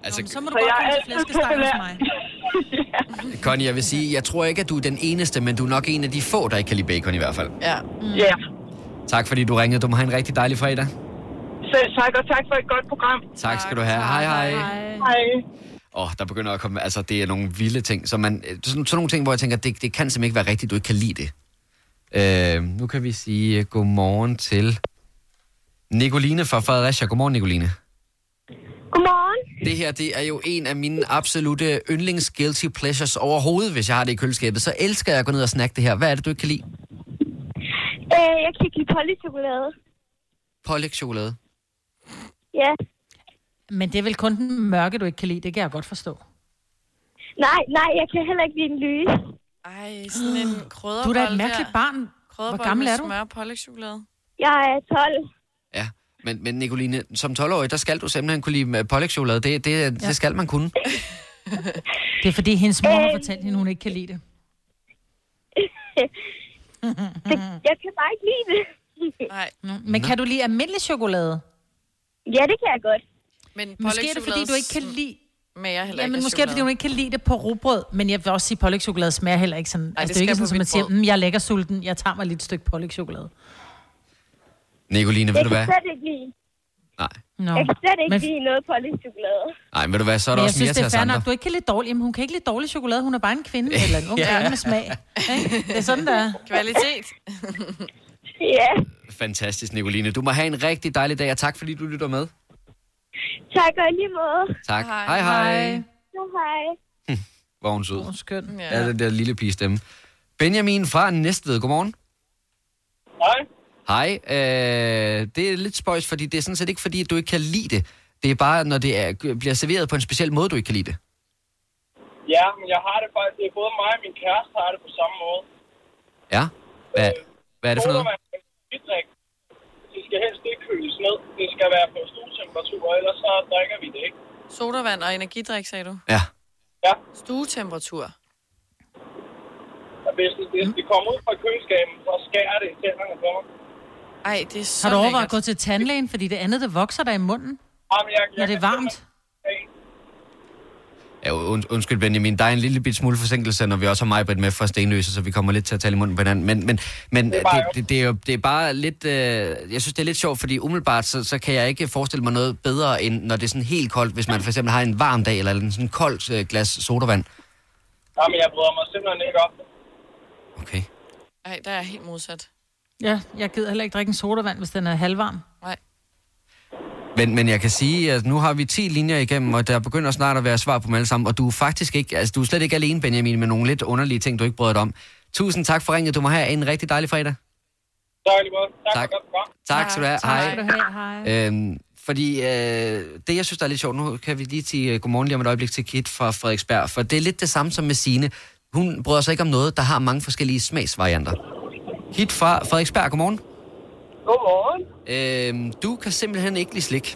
S1: Altså,
S2: Så må
S13: Så
S2: du godt
S13: jeg er
S2: komme
S13: altid
S2: til flæskesteg hos
S13: populær.
S2: mig.
S1: Connie, jeg vil sige, jeg tror ikke, at du er den eneste, men du er nok en af de få, der ikke kan lide bacon i hvert fald.
S3: Ja.
S13: Mm. Ja.
S1: Tak fordi du ringede. Du må have en rigtig dejlig fredag.
S13: Selv tak, og tak for et godt program.
S1: Tak skal du have. Hej, hej.
S13: Hej.
S1: Åh, oh, der begynder at komme... Altså, det er nogle vilde ting. Så man, øh, sådan, sådan nogle ting, hvor jeg tænker, det, det kan simpelthen ikke være rigtigt, du ikke kan lide det. Øh, nu kan vi sige uh, godmorgen til Nicoline fra Fredericia. Godmorgen, Nicoline. Godmorgen. Det her, det er jo en af mine absolute yndlings guilty pleasures overhovedet, hvis jeg har det i køleskabet. Så elsker jeg at gå ned og snakke det her. Hvad er det, du ikke kan lide?
S20: Øh, jeg kan ikke lide polychokolade.
S1: Pålægtschokolade.
S20: Ja.
S2: Men det er vel kun den mørke, du ikke kan lide. Det kan jeg godt forstå.
S20: Nej, nej, jeg kan heller ikke lide en lyse.
S3: Ej, sådan en krydderbold
S2: Du er da et mærkeligt
S3: der.
S2: barn.
S3: Krydderbold
S2: Hvor gammel
S3: med
S2: er du?
S3: smør og pålægtschokolade.
S20: Jeg er 12.
S1: Ja, men, men Nicoline, som 12-årig, der skal du simpelthen kunne lide øh, pålægtschokolade. Det, det, ja. det skal man kunne.
S2: Det er fordi, hendes mor
S20: Øh.
S2: har fortalt hende, hun ikke kan lide det.
S20: det, jeg kan bare ikke lide det.
S3: Nej.
S2: Men kan du lide almindelig chokolade?
S20: Ja, det kan jeg godt.
S3: Men
S2: Måske er det, fordi du ikke kan lide...
S3: Men jeg heller
S2: Ja, men
S3: ikke
S2: måske er det, fordi hun ikke kan lide det på rugbrød. Men jeg vil også sige, at pålægtschokolade smager heller ikke sådan. Ej, altså, det,
S3: det
S2: er jo ikke
S3: skal
S2: sådan, at man
S3: på
S2: siger,
S3: mit brød.
S2: mm, jeg er lækker sulten, jeg tager mig lidt stykke pålægtschokolade.
S1: Nicoline, ved
S20: jeg
S1: du
S20: kan
S1: hvad?
S20: slet ikke lide.
S1: Nej.
S2: Nå.
S20: Jeg kan slet ikke
S2: Men-
S20: men... lide noget polychokolade.
S1: Nej, ved du hvad, så er der
S2: Men jeg
S1: også mere
S2: synes, det
S1: til
S2: er
S1: os
S2: fair
S1: andre.
S2: nok. Du ikke kan lide dårlig. Jamen, hun kan ikke lide dårlig chokolade. Hun er bare en kvinde eller en ung
S1: Ja.
S2: ja. med smag. Ikke? Det er sådan, der er.
S3: Kvalitet.
S20: ja,
S1: Fantastisk, Nicoline. Du må have en rigtig dejlig dag, og tak fordi du lytter med.
S20: tak og i lige måde.
S1: Tak. Hej. Hej, hej. Hej.
S20: Ja, hej.
S1: Hvor er hun sød.
S2: Skøn.
S1: Ja, den der lille pige stemme. Benjamin fra Næstved, godmorgen.
S13: Hej.
S1: Hej. Øh, det er lidt spøjs, fordi det er sådan set ikke fordi, at du ikke kan lide det. Det er bare, når det er, bliver serveret på en speciel måde, du ikke kan lide det.
S13: Ja, men jeg har det faktisk. Det er både mig og min kæreste har det på samme måde.
S1: Ja? Hvad, hvad er det for noget?
S13: Bidrik, det skal helst ikke køles ned. Det skal være på stuetemperatur, ellers så drikker vi det ikke.
S3: Sodavand og energidrik, sagde du?
S1: Ja.
S13: Ja.
S3: Stuetemperatur.
S13: Og hvis det, hvis det kommer ud fra køleskabet, så skærer det i tænderne på mig.
S3: Ej, det er så
S2: Har du overvejet
S3: lækkert.
S2: at gå til tandlægen, fordi det andet, det vokser der i munden?
S13: Jamen, Ah, jeg,
S2: Når det er varmt?
S1: Ja, und, undskyld, Benjamin, der er en lille bit smule forsinkelse, når vi også har mig med fra Stenløse, så vi kommer lidt til at tale i munden på hinanden. Men, men, men det,
S13: bare
S1: det, det, er jo det er bare lidt... Øh, jeg synes, det er lidt sjovt, fordi umiddelbart, så, så kan jeg ikke forestille mig noget bedre, end når det er sådan helt koldt, hvis man for eksempel har en varm dag, eller en sådan kold øh, glas sodavand.
S13: Jamen, ah, jeg bryder mig simpelthen ikke om det.
S3: Ej, der er jeg helt modsat.
S2: Ja, jeg gider heller ikke drikke en sodavand, hvis den er halvvarm.
S3: Nej.
S1: Men, men jeg kan sige, at nu har vi 10 linjer igennem, og der begynder snart at være svar på dem alle sammen. Og du er faktisk ikke, altså du er slet ikke alene, Benjamin, med nogle lidt underlige ting, du ikke brød dig om. Tusind tak for ringet. Du må have en rigtig dejlig fredag.
S13: Tak, lige måde. Tak, tak.
S1: Tak skal du have. Hej.
S2: Tak skal du have. Hej.
S1: Øhm, fordi øh, det, jeg synes, der er lidt sjovt, nu kan vi lige sige øh, godmorgen lige om et øjeblik til Kit fra Frederiksberg, for det er lidt det samme som med Sine. Hun bryder sig ikke om noget, der har mange forskellige smagsvarianter. Kit fra Frederiksberg, godmorgen.
S14: Godmorgen.
S1: Øhm, du kan simpelthen ikke lide slik.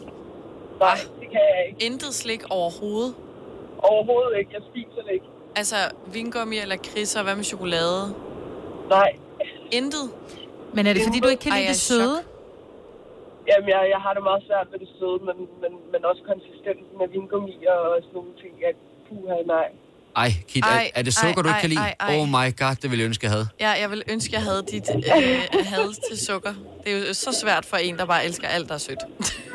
S3: Nej, det kan jeg ikke. Ah, Intet slik overhovedet?
S14: Overhovedet ikke. Jeg spiser det ikke.
S3: Altså, vingummi eller kriser, hvad med chokolade?
S14: Nej.
S3: Intet?
S2: Men er det, fordi du ikke kan
S3: Ej,
S2: lide
S3: jeg
S2: det
S3: er i
S2: søde?
S14: Jamen, jeg, jeg har det meget svært med det søde, men, men, men også konsistensen af vingummi og sådan nogle ting. At, puha, nej.
S1: Ej, Kit, er,
S3: Ej,
S1: er det sukker,
S3: ej,
S1: du ikke
S3: ej,
S1: kan lide?
S3: ej, ej.
S1: Oh my god, det ville jeg ønske, jeg havde.
S3: Ja, jeg vil ønske, jeg havde dit øh, had til sukker. Det er jo så svært for en, der bare elsker alt, der er sødt.
S14: Jamen,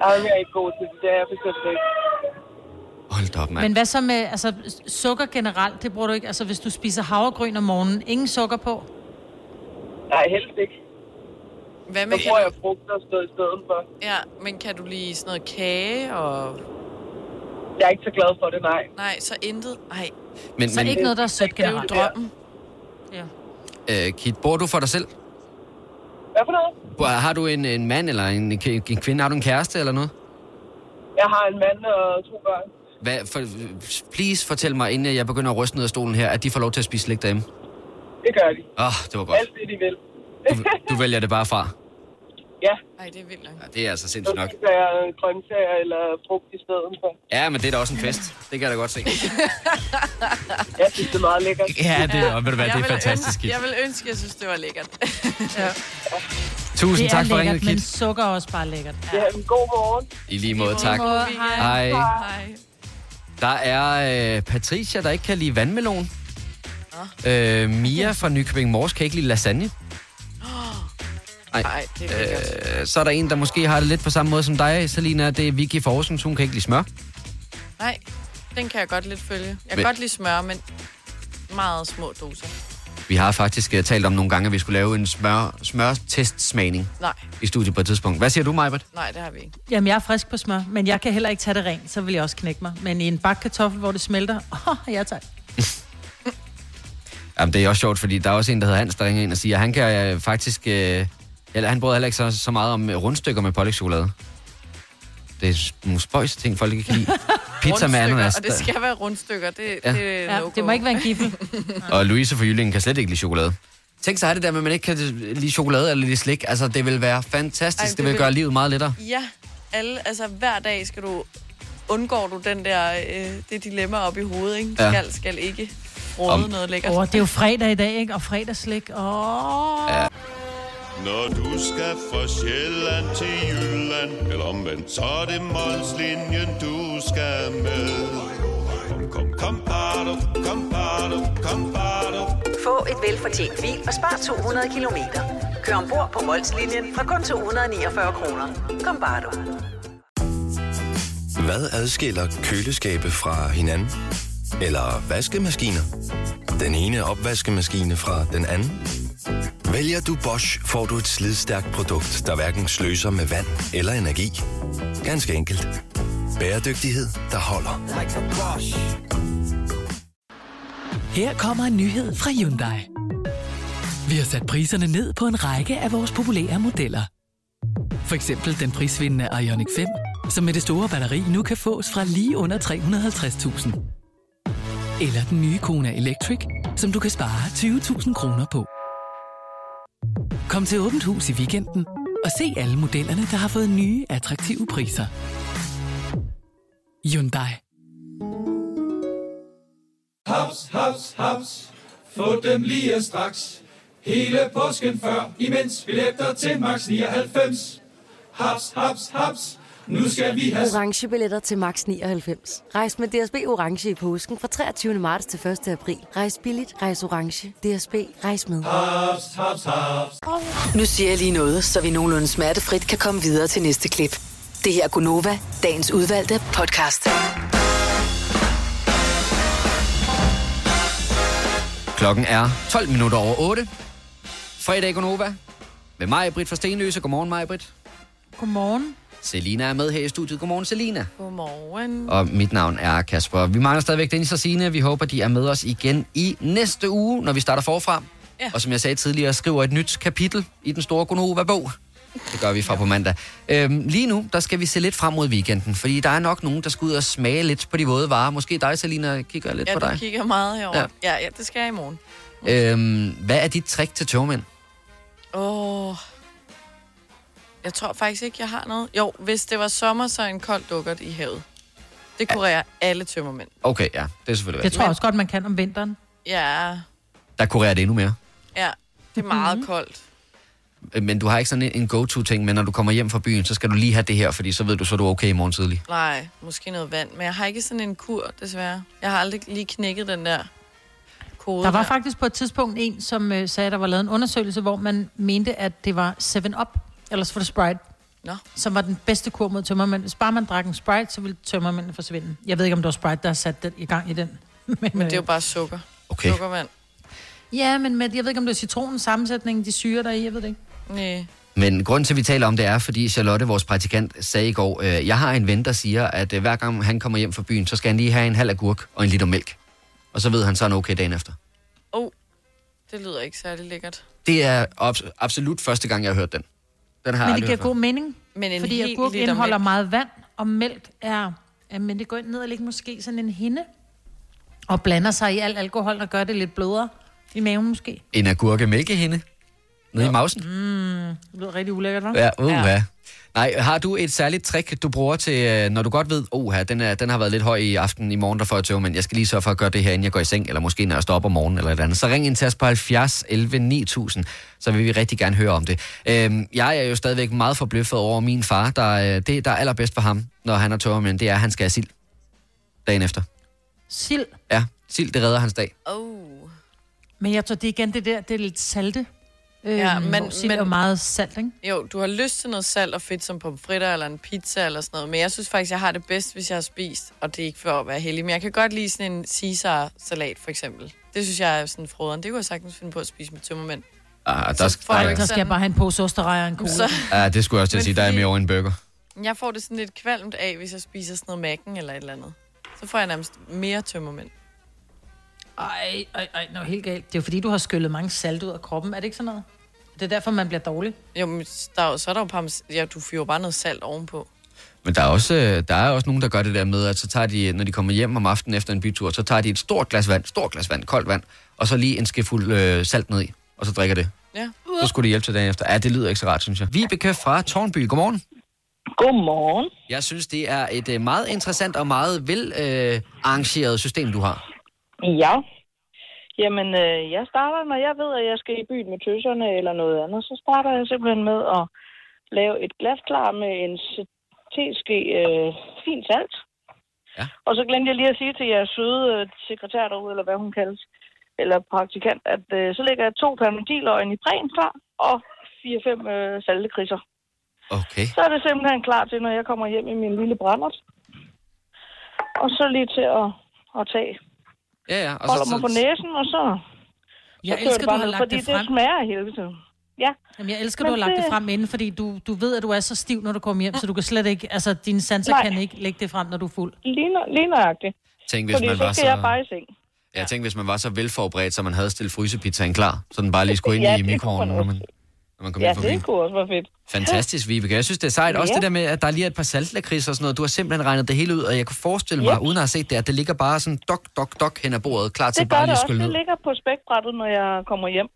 S14: jeg er ikke god til det. Det er jeg bestemt ikke.
S1: Hold da op, mand.
S2: Men hvad så med altså, sukker generelt? Det bruger du ikke. Altså, hvis du spiser havregryn om morgenen, ingen sukker på?
S14: Nej, helst ikke.
S3: Hvad
S14: Så
S3: med,
S14: bruger jeg frugt og stød i stedet for.
S3: ja, men kan du lide sådan noget kage og...
S14: Jeg er ikke så glad for det, nej.
S3: Nej, så intet? Ej.
S1: Men- Så men- ikke noget,
S2: der er sødt
S3: generelt? Det er jo drømmen.
S1: Øh, Kit, bor du for dig selv?
S14: Hvad for noget?
S1: Bor- Har du en, en mand eller en, en kvinde? Har du en kæreste eller noget?
S14: Jeg har en mand og to børn.
S1: Hvad, for, please fortæl mig, inden jeg begynder at ryste ned af stolen her, at de får lov til at spise slik derhjemme.
S14: Det gør de.
S1: Åh, oh, det var godt.
S14: Alt det, de vil.
S1: Du vælger det bare fra.
S14: Ja.
S3: Nej, det er vildt nok.
S1: Ja, det er altså sindssygt nok.
S14: Så spiser jeg grøntsager eller frugt i stedet for.
S1: Ja, men det er da også en fest. Det kan jeg da godt se.
S14: Jeg synes, det er meget lækkert.
S1: Ja, det er- og ved du hvad, det er
S3: Jeg ville
S1: fantastisk,
S3: Ønske,
S1: Kit.
S3: jeg vil ønske, jeg synes, det var lækkert. ja.
S1: Tusind
S2: det er
S1: tak for
S2: lækkert,
S1: ringet,
S2: men
S1: Kit.
S2: sukker er også bare lækkert.
S14: Ja, en god morgen.
S1: I lige måde, tak.
S2: Måde,
S1: Hej.
S3: Hej.
S1: Der er øh, Patricia, der ikke kan lide vandmelon. Øh, Mia fra Nykøbing Mors kan ikke lide lasagne. Nej,
S3: det
S1: er øh, Så er der en, der måske har det lidt på samme måde som dig, Selina. Det er Vicky fra Aarhus, hun kan ikke lide smør.
S3: Nej, den kan jeg godt lidt følge. Jeg kan
S1: Men-
S3: godt lide smør, men meget små doser.
S1: Vi har faktisk uh, talt om nogle gange, at vi skulle lave en smør, smørtestsmagning
S3: Nej,
S1: i studiet på et tidspunkt. Hvad siger du, Majbert?
S3: nej, det har vi ikke.
S2: Jamen, jeg er frisk på smør, men jeg kan heller ikke tage det rent, så vil jeg også knække mig. Men i en bakke kartoffel, hvor det smelter, åh, oh, jeg tager.
S1: Jamen, det er også sjovt, fordi der er også en, der hedder Hans, der ringer ind og siger, at han kan uh, faktisk... Uh, eller han bryder heller ikke så, så meget om øh, rundstykker med pålægtschokolade. Det er s- nogle spøjs ting, folk ikke kan lide. Pizza med
S3: Rundstykker,
S1: ananas.
S3: Og det skal være rundstykker. Det,
S1: Ja.
S3: ja.
S2: Ja,
S3: det, er no
S2: det må ikke være en giffel.
S1: og Louise fra Jylling kan slet ikke lide chokolade. Tænk sig at det der med, at man ikke kan lide chokolade eller lide slik. Altså, det vil være fantastisk.
S3: Ej,
S1: Ej,
S3: det
S1: det, det vil
S3: vil-
S1: gøre livet meget lettere.
S3: Ja, alle, altså hver dag skal du, undgår du den der, øh, det dilemma op i hovedet, ikke?
S1: Ja.
S3: Ja. Skal, skal ikke råde
S1: Om-
S3: noget lækkert.
S2: Åh, oh, det er jo fredag i dag, ikke? Og fredagslik. Åh. Oh.
S1: Ja.
S15: Når du skal fra Sjælland til Jylland Eller omvendt, så er det Molslinjen, du skal med Kom, kom, kom, bado, kom, bado, kom, bado.
S16: Få et velfortjent bil og spar 200 kilometer. Kør ombord på Molslinjen fra kun 249 kroner. Kom bare du.
S17: Hvad adskiller køleskabe fra hinanden? Eller vaskemaskiner? Den ene opvaskemaskine fra den anden? Vælger du Bosch, får du et slidstærkt produkt, der hverken sløser med vand eller energi. Ganske enkelt. Bæredygtighed, der holder. Like a Bosch.
S4: Her kommer en nyhed fra Hyundai. Vi har sat priserne ned på en række af vores populære modeller. For eksempel den prisvindende Ioniq 5, som med det store batteri nu kan fås fra lige under 350.000. Eller den nye Kona Electric, som du kan spare 20.000 kroner på. Kom til Åbent Hus i weekenden og se alle modellerne, der har fået nye, attraktive priser. Hyundai.
S18: Haps, haps, haps. Få dem lige straks. Hele påsken før, imens billetter til max 99. Haps, haps, haps. Nu skal vi have...
S19: orange billetter til max 99. Rejs med DSB orange i påsken fra 23. marts til 1. april. Rejs billigt, rejs orange. DSB rejs med.
S18: Haps, haps, haps.
S5: Nu siger jeg lige noget, så vi nogenlunde smertefrit kan komme videre til næste klip. Det her er Gunova, dagens udvalgte podcast.
S1: Klokken er 12 minutter over 8. Fredag i Gonova. Med mig, Britt fra Stenløse. Godmorgen, mig, Britt.
S2: Godmorgen.
S1: Selina er med her i studiet. Godmorgen, Selina.
S3: Godmorgen.
S1: Og mit navn er Kasper. Vi mangler stadigvæk Dennis og Signe. Vi håber, de er med os igen i næste uge, når vi starter forfra.
S3: Ja.
S1: Og som jeg sagde tidligere, skriver et nyt kapitel i den store Gonova-bog. Det gør vi fra på mandag. Øhm, lige nu, der skal vi se lidt frem mod weekenden, fordi der er nok nogen, der skal ud og smage lidt på de våde varer. Måske dig, Selina, kigger jeg lidt
S3: ja,
S1: på dig.
S3: du kigger meget herover.
S1: Ja.
S3: Ja. ja, ja, det skal jeg i morgen.
S1: Øhm, hvad er dit trick til togmænd?
S3: Åh. Oh. Jeg tror faktisk ikke, jeg har noget. Jo, hvis det var sommer, så en kold dukkert i havet. Det kurerer alle tømmermænd.
S1: Okay, ja, det er selvfølgelig
S2: Det
S1: rigtigt.
S2: tror jeg også godt, man kan om vinteren.
S3: Ja,
S1: Der kurerer det endnu mere.
S3: ja. Det er meget
S2: Mhm.
S3: mm-hmm. koldt.
S1: Øh, Men du har ikke sådan en- en go-to-ting, men når du kommer hjem fra byen, så skal du lige have det her, fordi så ved du, så er du okay i morgen tidlig.
S3: Nej, måske noget vand. Men jeg har ikke sådan en kur, desværre. Jeg har aldrig lige knækket den der kode
S2: Der var faktisk på et tidspunkt en, som øh, sagde, at der var lavet en undersøgelse, hvor man mente, at det var 7-Up, ellers for det Sprite,
S3: Nå.
S2: som var den bedste kur mod tømmermænd. Hvis bare man drak en Sprite, så ville tømmermændene forsvinde. Jeg ved ikke, om det var Sprite, der har sat den i gang i den. Men,
S3: Men det er jo bare sukker.
S1: Okay.
S3: Sukkervand.
S2: Ja, men med, jeg ved ikke, om det er citronens sammensætning, de syre der er i, jeg ved det ikke.
S3: Nej.
S1: Men grunden til, at vi taler om det, er, fordi Charlotte, vores praktikant, sagde i går, øh, jeg har en ven, der siger, at øh, hver gang han kommer hjem fra byen, så skal han lige have en halv agurk og en liter mælk. Og så ved han, så er han okay dagen efter.
S3: Oh, det lyder ikke særlig lækkert.
S1: Det er abs- absolut første gang, jeg har hørt den. Den har jeg aldrig
S2: Men det giver
S1: hørt før.
S2: god mening,
S3: Men en
S2: fordi
S3: hel
S2: agurk
S3: liter
S2: indeholder
S3: mælk.
S2: meget vand, og mælk er... ja, Men det går ind ned og ligger måske sådan en hinde, og blander sig i al alkohol, og gør det lidt blødere i maven måske.
S1: En agurke mælkehinde? Nede i mausen?
S2: Mm, det lyder rigtig ulækkert, hva'?
S1: Ja, uh, ja. Nej, har du et særligt trick, du bruger til, øh, når du godt ved, oh, den, er, den har været lidt høj i aften i morgen, der får jeg tøv, men jeg skal lige sørge for at gøre det her, inden jeg går i seng, eller måske når jeg står op om morgenen, eller et andet. Så ring ind til os på 70 11 9000, så vil vi rigtig gerne høre om det. Øhm, jeg er jo stadigvæk meget forbløffet over min far, der, øh, det, der er allerbedst for ham, når han er tøv, men det er, at han skal have sild dagen efter.
S2: Sild.
S1: Ja, sild, det redder hans dag.
S3: Oh.
S2: Men jeg tror, det er igen det der, det er lidt salte.
S3: Ja,
S2: Øhm,
S3: men-
S2: hvor sild
S3: men-
S2: er jo meget salt, ikke?
S3: Jo, du har lyst til noget salt og fedt som pomfritter eller en pizza eller sådan noget, men jeg synes faktisk, jeg har det bedst, hvis jeg har spist, og det er ikke for at være heldig, men jeg kan godt lide sådan en Caesar-salat for eksempel. Det synes jeg er sådan froderen. Det kunne jeg sagtens finde på at spise med tømmermænd.
S1: Ah, der,
S3: får
S2: Ej,
S3: du
S1: der,
S2: der skal jeg bare have en pose osterejer og en cola.
S3: Så-
S1: ja, det skulle jeg også til at
S3: Men
S1: sige, der er
S3: fordi-
S1: mere over en burger.
S3: Jeg får det sådan lidt kvalmt af, hvis jeg spiser sådan noget macken eller et eller andet. Så får jeg nærmest mere tømmermænd.
S2: Ej, ej, ej, nå, helt galt. Det er jo fordi, du har skyllet mange salt ud af kroppen. Er det ikke sådan noget? Det er derfor, man bliver dårlig.
S3: Jo, men der er jo, så er der jo pams, ja, du fyrer jo bare noget salt ovenpå.
S1: Men der er, også, øh, der er også nogen, der gør det der med, at så tager de, når de kommer hjem om aftenen efter en bytur, så tager de et stort glas vand, stort glas vand, koldt vand, og så lige en skefuld øh, salt ned i, og så drikker det.
S3: Ja.
S1: Så skulle det hjælpe til dagen efter. Ja, det lyder ikke så rart, synes jeg. Vibeke fra Tornby, godmorgen.
S21: Godmorgen.
S1: Jeg synes, det er et øh, meget interessant og meget vel øh, arrangeret system, du har.
S21: Ja. Jamen, øh, jeg starter, når jeg ved, at jeg skal i byen med tøserne eller noget andet, så starter jeg simpelthen med at lave et glas klar med en s- teske øh, fint salt. Ja. Og så glemte jeg lige at sige til jeres søde øh, sekretær derude, eller hvad hun kaldes, eller praktikant, at øh, så lægger jeg to permendiløgn i præn klar, og fire-fem øh, saltekridser.
S1: Okay.
S21: Så er det simpelthen klar til, når jeg kommer hjem i min lille brændert. Og så lige til at, at tage
S1: Ja, ja.
S21: og holder så, mig på næsen, og så...
S2: Jeg
S21: så kører
S2: elsker,
S21: det
S2: du
S21: bare
S2: har
S21: ned,
S2: lagt
S21: fordi
S2: det frem.
S21: det smager af helvede til. Ja.
S2: Jamen, jeg elsker,
S21: Men
S2: du har lagt det
S21: det-
S2: frem inden, fordi du, du ved, at du er så stiv, når du kommer hjem, så du kan slet ikke, altså dine sanser
S21: Nej.
S2: kan ikke lægge det frem, når du er fuld.
S21: Lige, nø- lige nøjagtigt.
S1: Tænk, hvis
S21: Fordi
S1: man
S21: så
S1: var
S21: skal jeg bare
S1: så,
S21: i seng.
S1: jeg tænkte, hvis man var så velforberedt, så man havde stillet frysepizzaen klar, så den bare lige skulle ind
S21: Ja,
S1: i
S21: det kunne
S1: mikroovnen,
S21: man
S1: når man, når man kom
S21: Ja,
S1: hjem fra
S21: det
S1: byen.
S21: kunne også være fedt.
S1: Fantastisk, Vibeke. Jeg synes, det er sejt. Også
S21: Ja.
S1: det der med, at der lige er et par saltlakrids og sådan noget. Du har simpelthen regnet det hele ud, og jeg kunne forestille mig,
S21: Yep.
S1: uden at have set det, at det ligger bare sådan dok, dok, dok hen ad bordet, klar til
S21: Det gør
S1: bare lige
S21: det
S1: at
S21: også.
S1: skylle
S21: Det
S1: ned.
S21: ligger på spækbrættet, når jeg kommer hjem.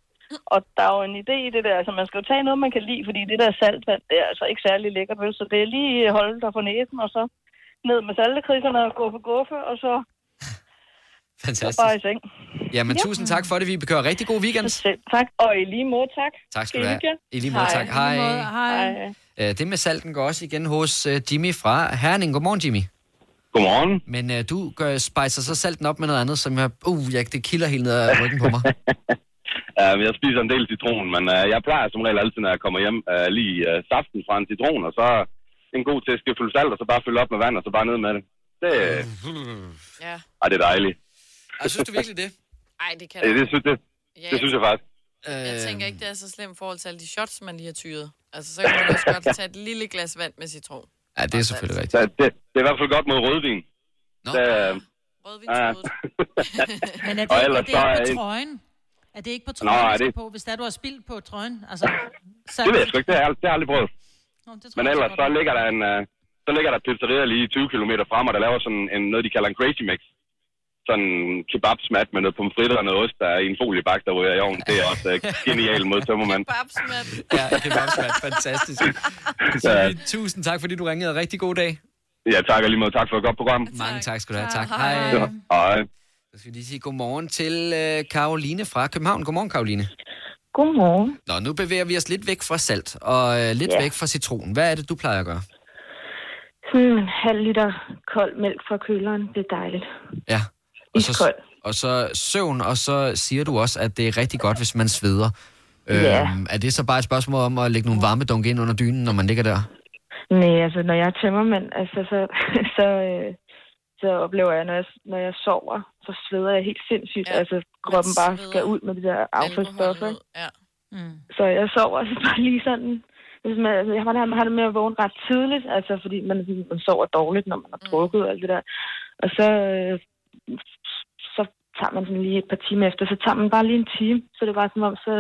S21: Og der er jo en idé i det der. Altså, man skal jo tage noget, man kan lide, fordi det der saltvand, det er altså ikke særlig lækkert, vel? Så det er lige holde dig for næsen, og så ned med saltekridserne og gå på guffe, og så
S1: Fantastisk.
S21: Så bare i seng.
S1: Jamen,
S21: Ja.
S1: tusind tak for det, vi kører rigtig god weekend.
S21: Selv tak, og i lige måde tak.
S1: Tak skal du
S21: I
S1: have.
S21: hygge.
S1: I lige måde, tak. Hej.
S21: Hej.
S1: Øh, Det med salten går også igen hos øh, Jimmy fra Herning. Godmorgen, Jimmy.
S8: Godmorgen.
S1: Men øh, du gør, spicer så salten op med noget andet, som jeg... Uh, jeg, det kilder helt ned ad ryggen på mig.
S8: Ja, men jeg spiser en del citron, men øh, jeg plejer som regel altid, når jeg kommer hjem, øh, lige øh, saften fra en citron, og så en god tæske fuld salt, og så bare fylde op med vand, og så bare ned med det. Det,
S3: Ja.
S8: ah, det er dejligt.
S1: Jeg synes du virkelig det?
S3: Ej, det kan
S8: Ja,
S3: du
S8: det, synes, det,
S3: Ja.
S8: det synes jeg faktisk.
S1: Øh,
S3: Jeg
S1: Øhm.
S3: tænker ikke, det er så slemt i forhold til alle de shots, man lige har tyret. Altså, så kan man også godt tage et lille glas vand med citron.
S1: Ja, det er selvfølgelig rigtigt.
S8: Så det, det er i hvert fald godt mod rødvin.
S1: Nå.
S8: Det,
S3: rødvin
S8: ja.
S2: Men er det,
S8: Og
S2: ikke, er
S8: ellers
S2: det ikke
S8: så
S2: på
S8: er-
S2: trøjen? Er det ikke på
S8: Nå,
S2: trøjen,
S8: er
S2: man skal
S8: det-
S2: på, hvis det er, du har spildt på trøjen? Altså, så...
S8: det ved jeg sgu ikke, det har, jeg- det har jeg aldrig prøvet.
S2: Nå, det tror
S8: Men
S2: jeg,
S8: ellers
S2: godt,
S8: så
S2: du har.
S8: ligger der en, øh, så ligger der pizzeria lige 20 km fra mig, der laver sådan en, noget, de kalder en crazy mix. Sådan en kebabsmat med noget pomfritter og noget ost, der er i en foliebakke, der ryger i ovnen. Det er også øh, genialt mod tømmermand.
S3: Kebabsmand.
S1: Ja, det var svært. Fantastisk. Jimmy, tusind tak, fordi du ringede. Rigtig god dag.
S8: Ja, tak og lige måde. Tak for et godt program.
S1: Mange tak skal du have. Tak.
S8: Tak.
S1: Hej.
S8: Ja, Hej.
S1: Så skal vi lige sige godmorgen til øh, Karoline fra København. Godmorgen, Karoline.
S22: Godmorgen.
S1: Nå, nu bevæger vi os lidt væk fra salt og øh, lidt
S22: Ja.
S1: væk fra citron. Hvad er det, du plejer at gøre?
S22: Sådan en halv liter kold mælk fra køleren, det er dejligt.
S1: Ja. Og så, og så søvn, og så siger du også, at det er rigtig godt, hvis man sveder.
S22: Ja.
S1: Øhm, er det så bare et spørgsmål om at lægge nogle varmedunke ind under dynen, når man ligger der?
S22: Nej, altså når jeg er tømmermænd, altså, så, så, øh, så oplever jeg, når jeg, når jeg sover, så sveder jeg helt sindssygt. Ja, altså kroppen bare skal ud med de der affaldsstoffer. ikke?
S3: Ja.
S22: Mm. Så jeg sover altså bare lige sådan. Hvis man, altså, jeg har, det- har det med at vågne ret tidligt, altså fordi man, sådan- man sover dårligt, når man har drukket og alt det der. Og så, øh, så tager man sådan lige et par timer efter, så tager man bare lige en time, så det er bare som om, så,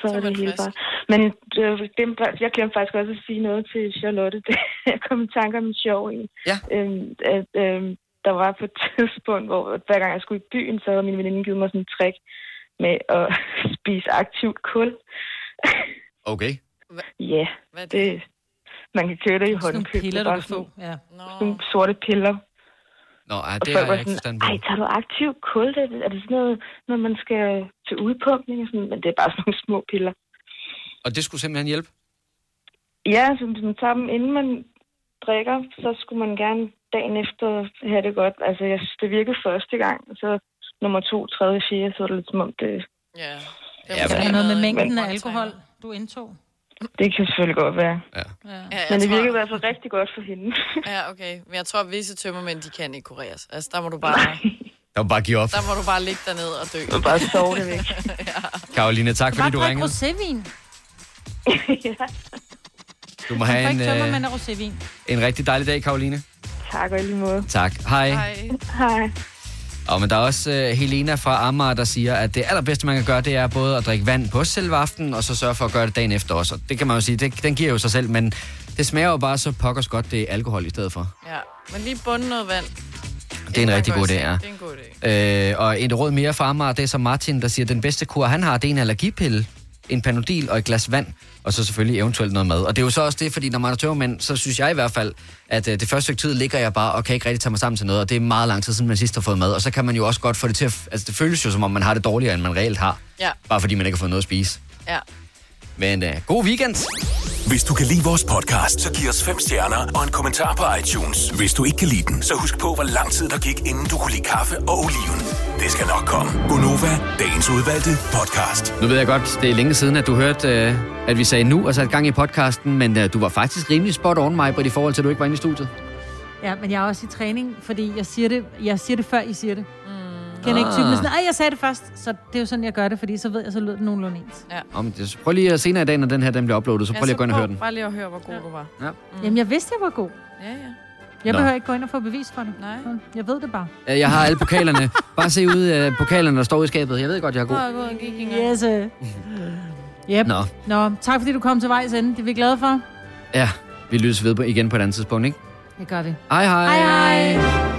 S22: så er det hele bare. Men øh, det, jeg glemte faktisk også at sige noget til Charlotte. Det, jeg kom i tanke om en sjov en.
S1: Ja.
S22: Øhm, at, øhm, der var på et tidspunkt, hvor hver gang jeg skulle i byen, så havde min veninde givet mig sådan en trick med at spise aktivt kul.
S1: Okay.
S22: Ja, det, man kan købe det i
S2: Sådan nogle
S22: håndkøb.
S2: piller,
S22: Det
S2: du
S22: var
S2: kan få.
S22: sådan-
S2: Ja.
S22: sådan nogle sorte piller.
S1: Nå, ej,
S22: Og
S1: det
S22: folk
S1: har
S22: var
S1: jeg ikke
S22: sådan,
S1: forstand på.
S22: Ej, tager du aktiv kul? Det, er det sådan noget, når man skal til udpumpning? og Sådan, men det er bare sådan nogle små piller.
S1: Og det skulle simpelthen hjælpe?
S22: Ja, så hvis man tager dem, inden man drikker, så skulle man gerne dagen efter have det godt. Altså, jeg synes, det virkede første gang, og så nummer to, tredje, fjerde, så er det lidt som om, det,
S3: Ja.
S22: Ja,
S2: Det
S22: men-
S2: er noget med mængden
S22: Men-
S2: af alkohol, du indtog.
S22: det kan selvfølgelig godt være.
S1: Ja.
S3: Ja, jeg
S22: Men det
S3: tror-
S22: virkede i hvert fald rigtig godt for hende.
S3: Ja, okay. Men jeg tror, at visse tømmermænd, de kan ikke kureres. Altså, der må du bare,
S1: Jeg må bare give op.
S3: der må du bare ligge derned og dø.
S22: Du bare sove det væk.
S1: Karoline, tak fordi du
S2: Bare drik
S1: ringede.
S2: rosévin.
S1: Du må
S2: Du
S1: have
S2: får
S1: en,
S2: ikke tømmermænd
S1: øh,
S2: af rosévin.
S1: en rigtig dejlig dag, Karoline.
S22: Tak og i lige måde.
S1: Tak. Hej.
S22: Hej.
S1: Og men der er også øh, Helena fra Amager, der siger, at det allerbedste, man kan gøre, det er både at drikke vand på selve aftenen, og så sørge for at gøre det dagen efter også. Og det kan man jo sige, det, den giver jo sig selv, men det smager jo bare så pokkers godt, det er alkohol i stedet for.
S3: Ja. Men lige bunde noget vand.
S1: Det er en rigtig god idé, ja.
S3: Det er en god idé.
S1: Øh, og et råd mere fra Amager, det er så Martin, der siger, at den bedste kur, han har, det er en allergipille, en panodil og et glas vand, og så selvfølgelig eventuelt noget mad. Og det er jo så også det, fordi når man er tømmermænd, så synes jeg i hvert fald, at øh, det første stykke tid ligger jeg bare og kan ikke rigtig tage mig sammen til noget, og det er meget lang tid siden, man sidst har fået mad. Og så kan man jo også godt få det til at... f- Altså det føles jo som om, man har det dårligere, end man reelt har,
S3: Ja,
S1: bare fordi man ikke har fået noget at spise.
S3: ja.
S1: Men øh, god weekend!
S23: Hvis du kan lide vores podcast, så giv os fem stjerner og en kommentar på iTunes. Hvis du ikke kan lide den, så husk på, hvor lang tid der gik, inden du kunne lide kaffe og oliven. Det skal nok komme. Gonova, dagens udvalgte podcast.
S1: Nu ved jeg godt, det er længe siden, at du hørte, øh, at vi sagde nu og satte gang i podcasten, men øh, du var faktisk rimelig spot on mig, i forhold til, at du ikke var inde i studiet.
S2: Ja, men jeg er også i træning, fordi jeg siger det, jeg siger det før I siger det. Mm. Kan ikke typen
S1: Ah.
S2: sådan, ej, jeg sagde det først. Så det er jo sådan, jeg gør det, fordi så ved jeg, så lød det nogenlunde ens.
S3: Ja.
S1: Om det, så prøv lige at senere i dag, når den her den bliver uploadet, så prøv lige at gå ind og høre den.
S3: Bare lige at høre, hvor god ja. du var.
S1: Ja.
S2: Mm. Jamen, jeg vidste, jeg var god.
S3: Ja, ja.
S2: Jeg
S1: Nå.
S2: Nå. behøver ikke gå ind og få bevis for det. Nej. Jeg ved det bare.
S1: Øh, Jeg har alle pokalerne. Bare se ud af pokalerne, der står i skabet. Jeg ved godt, jeg er god.
S2: Yes. øh. Yep.
S1: Nå,
S2: Nå, tak fordi du kom til vejs ende. Det er vi glade for.
S1: ja. Vi lyttes ved på, igen på et andet tidspunkt, ikke?
S2: Det gør vi.
S1: Hej hej.
S2: Hej hej.